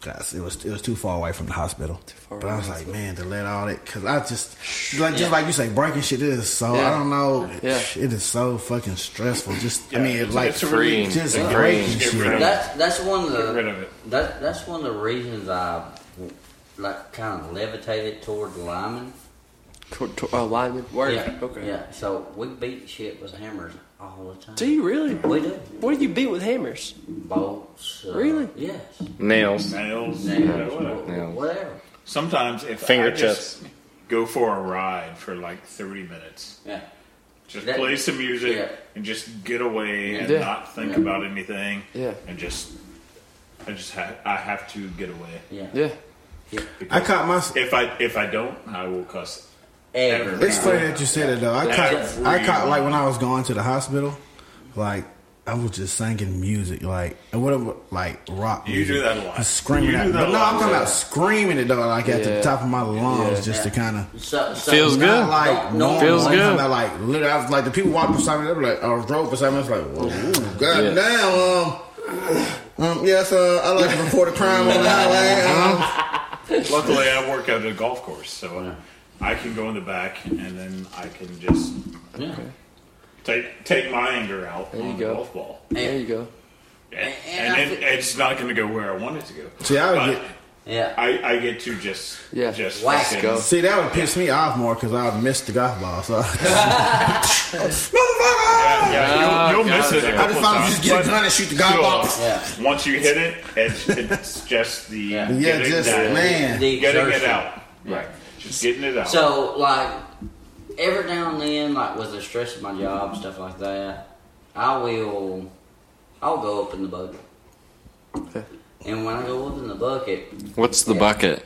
Cause it was it was too far away from the hospital.
far
But I
away
was like, man, to let all that because I just like just like you say, breaking shit is so I
Yeah.
don't know.
Yeah.
It is so fucking stressful. Just I
Yeah,
mean, it,
it's-
like
it's a relief.
just
It's a
breaking
relief.
Get
shit.
rid of it.
That's that's one of the
Get rid of it.
That that's one of the reasons I like kind of levitated toward linemen.
Tor- tor- uh, lineman. Work.
Yeah.
Okay.
Yeah. So we beat shit with hammers all the time.
Do you really?
We do
What do you beat with hammers?
bolts. Uh,
Really?
Yes.
Nails.
Nails,
Nails,
whatever.
wha- Whatever.
Sometimes if
Finger
I just
tips.
go for a ride for like 30 minutes,
Yeah.
just
That-
play some music
yeah.
and just get away and
Yeah.
not think
Yeah.
about anything.
Yeah.
and just I just ha- I have to get away.
Yeah.
Yeah.
I caught my.
If I if I don't, I will cuss.
Every
It's funny that you said it though. I caught I caught like when I was going to the hospital, like I was just singing music, like and whatever, like rock.
You
music.
do that a lot.
Just Screaming,
You do
out.
that
but no,
a lot,
I'm talking
yeah.
about screaming it though, like at
Yeah.
the top of my lungs,
Yeah.
just to kind of.
So, so
Feels good.
Not like
No, no,
Feels
feels
good.
good. About like literally, I was like the people walking beside me, they were like, or drove beside me. I was like, Whoa, ooh, god
Yeah.
damn. Um, um, yes, uh, I like it before the crime on the highway.
Uh-huh.
Um,
Luckily, I work at a golf course, so I can go in the back and then I can just
Yeah.
take take my anger out
you
on the
go.
golf ball,
There you go.
and,
and
and,
I
it-
fe-
it's not going to go where I want it to go.
See, I would
But
get-
Yeah.
I, I get to just
Yeah.
just
Whack.
fucking-
Go.
See, that would piss me off more because I would miss the golf ball. So
Yeah, yeah, you'll,
Oh,
you'll miss it. a
I just
couple
found out
times,
just get a
but
gun and shoot the golf ball.
still,
Yeah.
Once you hit it, it's, it's just the
Yeah.
getting
Yeah, just
that-
man.
The
getting it
exertion.
out. Right. Just getting it out.
So like every now and then, like with the stress of my job, stuff like that, I will I'll go up in the bucket. And when I go up in the bucket,
What's the bucket?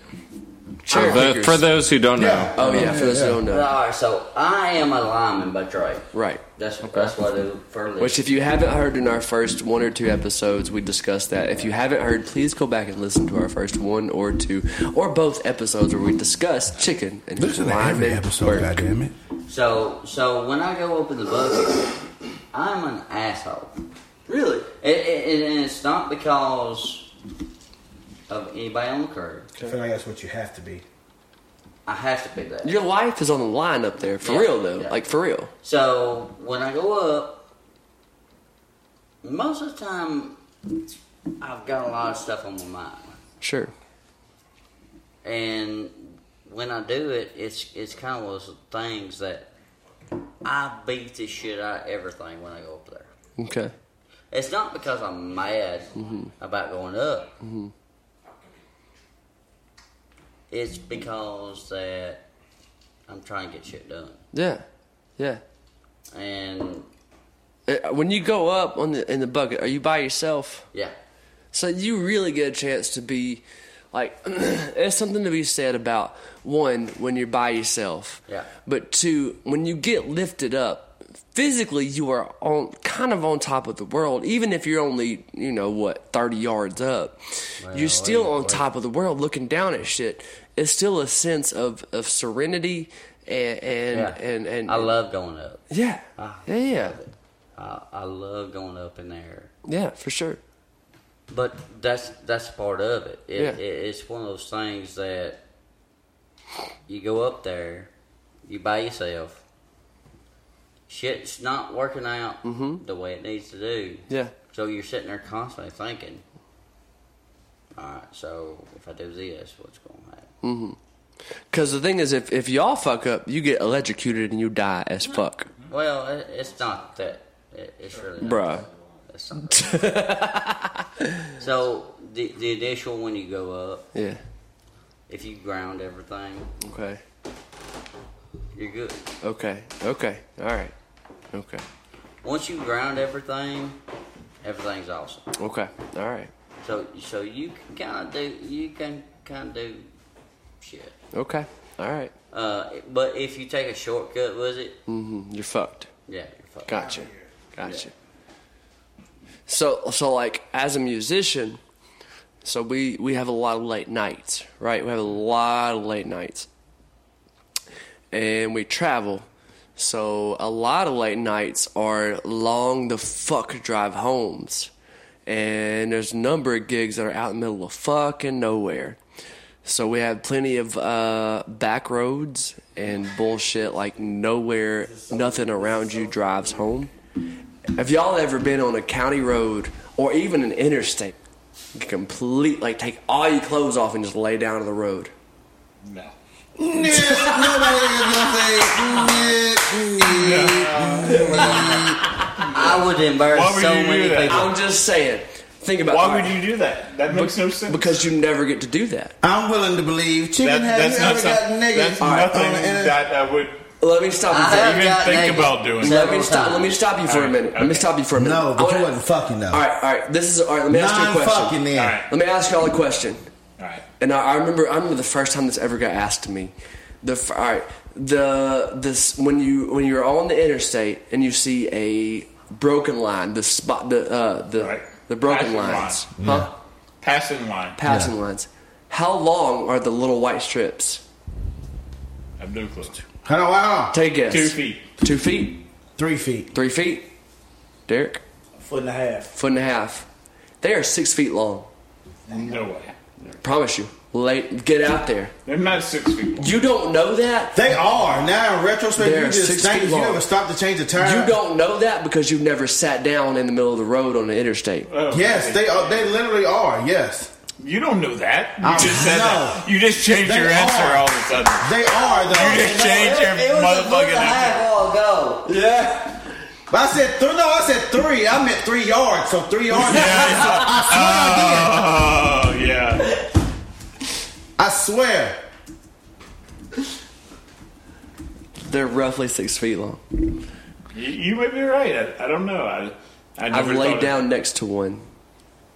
For, tho- for those who don't know,
Oh,
All right, uh, so I am a lineman by trade.
Right.
That's that's what I do for a living.
Which, if you haven't heard in our first one or two episodes, we discussed that. If you haven't heard, please go back and listen to our first one or two or both episodes where we discuss chicken and
Listen to every
lineman
episode,
work.
goddamn it.
So so when I go open the bucket, I'm an asshole. Really? It, it, it- and it's not because of anybody on the curb.
I feel like that's what you have to be.
I have to be that.
Your life is on the line up there, for
Yeah,
real though.
yeah.
Like for real.
So when I go up, most of the time I've got a lot of stuff on my mind,
Sure.
and when I do it, it's it's kind of those things that I beat the shit out of everything when I go up there.
Okay.
It's not because I'm mad
Mm-hmm.
about going up.
Mhm.
It's because that I'm trying to get shit done,
Yeah. Yeah.
and
Uh, When you go up on the in the bucket, are you by yourself?
yeah,
So you really get a chance to be like there's something to be said about one when you're by yourself.
Yeah.
But two, when you get lifted up, physically you are on kind of on top of the world even if you're only, you know, what, 30 yards up. you're still on top of the world looking down at shit. It's still a sense of of serenity and and
yeah,
and, and
I love going up.
Yeah.
Ah.
yeah, yeah.
I, I love going up in there,
Yeah, for sure.
but that's that's part of it. it,
Yeah.
it it's one of those things that you go up there, you by yourself. Shit's not working out the way it needs to do.
Mm-hmm. Yeah.
So you're sitting there constantly thinking, all right, so if I do this, what's going to happen?
Mhm. Cuz the thing is if if y'all fuck up, you get electrocuted and you die as fuck.
Well, it, it's not that. It, it's really not
Bruh.
that. It's not that. so the, the initial when you go up,
Yeah.
if you ground everything,
Okay.
you're good.
Okay. Okay. All right. Okay.
Once you ground everything, everything's awesome.
Okay. All right.
So so you can kind of do you can kind of do shit.
Okay. All right.
Uh, but if you take a shortcut with it,
Mm-hmm. You're fucked.
yeah, you're fucked.
Gotcha. Gotcha. So so like as a musician, so we we have a lot of late nights, right? We have a lot of late nights. And we travel. So a lot of late nights are long the fuck drive homes. And there's a number of gigs that are out in the middle of fucking nowhere. So we have plenty of uh, back roads and bullshit like nowhere, nothing around you drives home. Have y'all ever been on a county road or even an interstate? Complete, like take all your clothes off and just lay down on the road.
No.
Nobody is
mm,
I would embarrass
Why would
so
you do
many
that?
people.
I'm just saying. Think about
uh,
Why would you do that? That makes no sense.
Because you never get to do that.
I'm willing to believe. Chicken,
That-
have you ever
some-
gotten niggas
that's
on
nothing
the internet?
that I would
Let me stop you
I
for
have
a minute.
got
think
naked
about doing.
Let me
several
stop. Let me
times.
stop you for a
Alright,
minute. Let me
okay.
stop you for a minute.
No,
I
but
wanna-
you wasn't fucking though.
All right, all right. This is all right. Let me ask you a
Non
question.
fucking then.
All right.
Let me ask y'all a question.
All right.
And I, I remember, I remember the first time this ever got asked to me. The f- all right, the this when you when you're on the interstate and you see a broken line, the spot, the uh, the
Right.
the broken
Passing
lines,
line.
huh?
Passing line.
Passing lines. How long are the little white strips?
I have no clue.
Hold on, hold on.
Take a guess.
Two feet.
Two feet.
Three feet.
Three feet. Derek,
Foot and a half.
foot and a half. They are six feet long.
No way.
Promise you. Late, get out there.
They're not six feet long.
You don't know that.
They are now in retrospect.
They're
you just
six
think
feet
you
long.
never stopped to change the tire.
You don't know that because you've never sat down in the middle of the road on the interstate.
Oh,
Yes,
okay.
they are. They literally are. Yes,
You don't know that. You
I-
just said
no.
that. You just changed
They
your answer
are.
all of a sudden.
they are
You
though.
just changed your
It was a foot and
motherfucking
a half
answer.
while ago.
Yeah. But I said three. No, I said three. I meant three yards. So three yards. I,
Oh yeah.
swear I did. I swear.
They're roughly six feet long.
You, you may be right. I, I don't know. I I
I've
never thought
laid
of-
down next to one.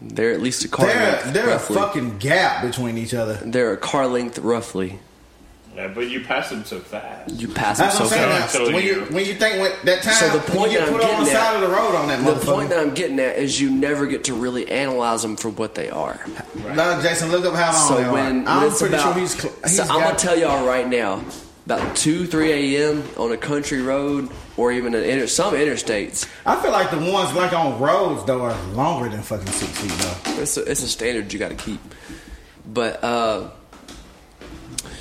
They're at least a car
They're,
length.
they're a
roughly.
fucking gap between each other.
They're a car length roughly.
Yeah, but you pass them so fast.
You pass them
That's
so
what I'm
fast.
fast.
saying. Now, when you when you think what, that time,
So the
when
point
you
that I'm
put on the
getting
side
at,
of the road on that
the
motherfucker.
point that I'm getting at is you never get to really analyze them for what they are.
Now, Jason, look up how long.
So
Oh, they are.
when,
I'm
when it's
pretty
about,
sure he's. Cl- he's
so I'm gonna
got-
tell y'all right now, about two, three a.m. on a country road or even an inter, some interstates,
I feel like the ones like on roads though are longer than fucking six feet though.
it's a, it's a standard you got to keep. But uh,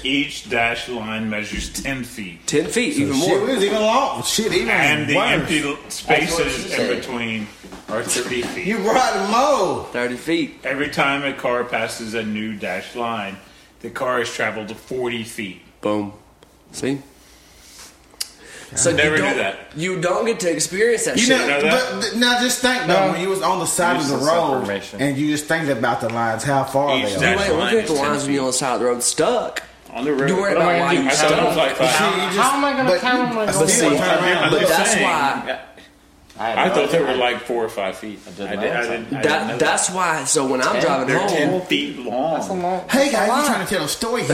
Each dash line measures 10 feet.
ten feet, even
Shit,
more.
it was even long. Shit, even
And the
worse.
empty l- spaces
said.
in between are 30 feet.
You brought them low.
Thirty feet.
Every time a car passes a new dash line, the car has traveled 40 feet.
Boom. See. So
never
you
knew
don't,
that.
You don't get to experience that
You
shit.
know,
know that?
but, th- now just think though, when you was on the side of the
Useless
road
information.
and you just think about the lines, how far
Each
they
day.
are.
You ain't looking at the
Line is 10
lines when you're on the side of the road stuck.
On the road.
You worried about why you
I thought it was
stuck.
like five.
See, you just-
How am I gonna
but-
count them when
but
I'm
see,
going?
turn around.
I'm
But
just
that's
saying.
why-
I thought they were like four or five feet. I did. I didn't. I didn't know
That, that's why. So when I'm driving
They're
home,
ten feet long. That's a long.
Hey guys, we're trying to tell a story here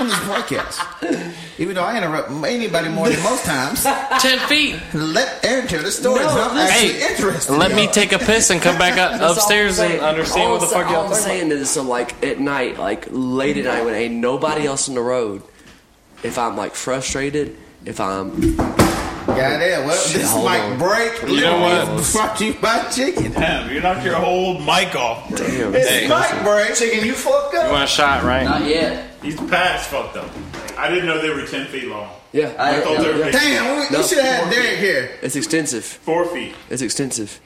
on this podcast. Even though I interrupt anybody more than most times,
Ten feet.
let Aaron tell the story. No, I'm actually
Hey,
interested.
Let me take a piss and come back up,
That's all
upstairs
I'm saying.
and understand
All
what the
I'm
fuck
sa-
y'all
all I'm
talking about.
saying is, so like at night, like late at night when ain't nobody else on the road, if I'm like frustrated, if I'm
Goddamn, well, this
Hold
mic
on.
break.
You know what?
is Brought to you by chicken.
Damn, you knocked your whole mic off. bro.
damn,
It's
Hey.
mic break. Chicken, you fucked
You
up.
want a shot, right?
Not yet.
These pads fucked up. I didn't know they were ten feet long.
yeah,
I
I-
thought they were
yeah.
big.
Damn, we,
No.
we should have had Derek here.
it's extensive.
four feet.
It's extensive.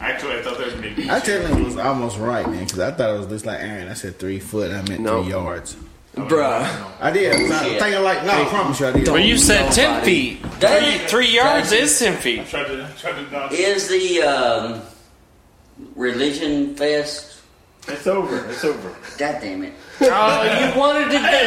Actually, I thought they were maybe.
I technically was almost right, man, because I thought it was just like Aaron. I said three foot, I meant
No.
three yards.
Bruh,
I did. I was not
shit.
thinking like, no, I promise you, I did.
Don't-
Well, you said ten
Nobody.
feet. Three, three yards is ten feet.
Tried to, tried to not.
Is the um, religion fest?
It's over. It's over.
God damn it!
Oh, you wanted to go.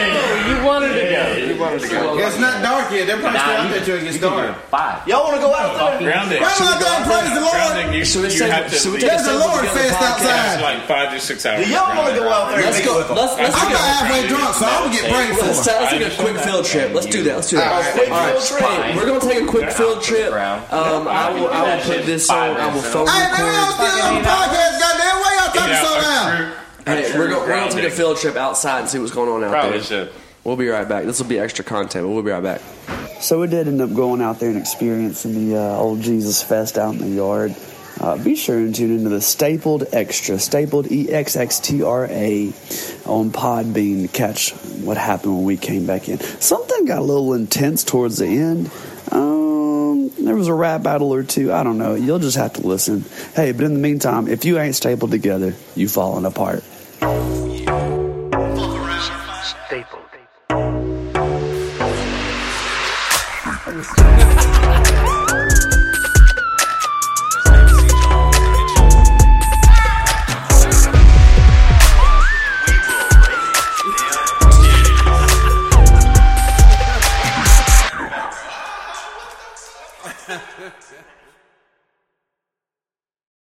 You wanted to go. You wanted to go.
It's not dark yet. They're probably still out there till it gets dark.
Five.
Y'all want to go out there?
Grounding.
Why am I going praise the Lord?
Grounding. You,
Should we
you
say-
have to
should we
leave.
take
There's a Lord fest
It's
outside.
like five to six hours.
Do y'all want to go out there? and
let's
make it
go.
with 'em?
Let's let's
I'm
take
not
a,
halfway drunk, so I'm gonna get prayed
let's,
for.
ta- let's take a quick field trip. Let's do that. Let's do that.
Quick
All right,
field trip.
Hey, we're gonna take a quick field trip. Um, I will I will put this on. I will phone
Hey, man, y'all
record.
still on the podcast? Goddamn, why y'all talking so loud?
Hey, we're gonna, we're gonna take a field trip outside and see what's going on out
Probably
there.
should.
We'll be right back. This will be extra content, but we'll be right back.
So we did end up going out there and experiencing the uh, old Jesus Fest out in the yard. Uh, be sure and tune into the Stapled Extra, Stapled E X X T R A, on Podbean to catch what happened when we came back in. Something got a little intense towards the end. Um, there was a rap battle or two. I don't know. You'll just have to listen. Hey, but in the meantime, if you ain't stapled together, you falling apart.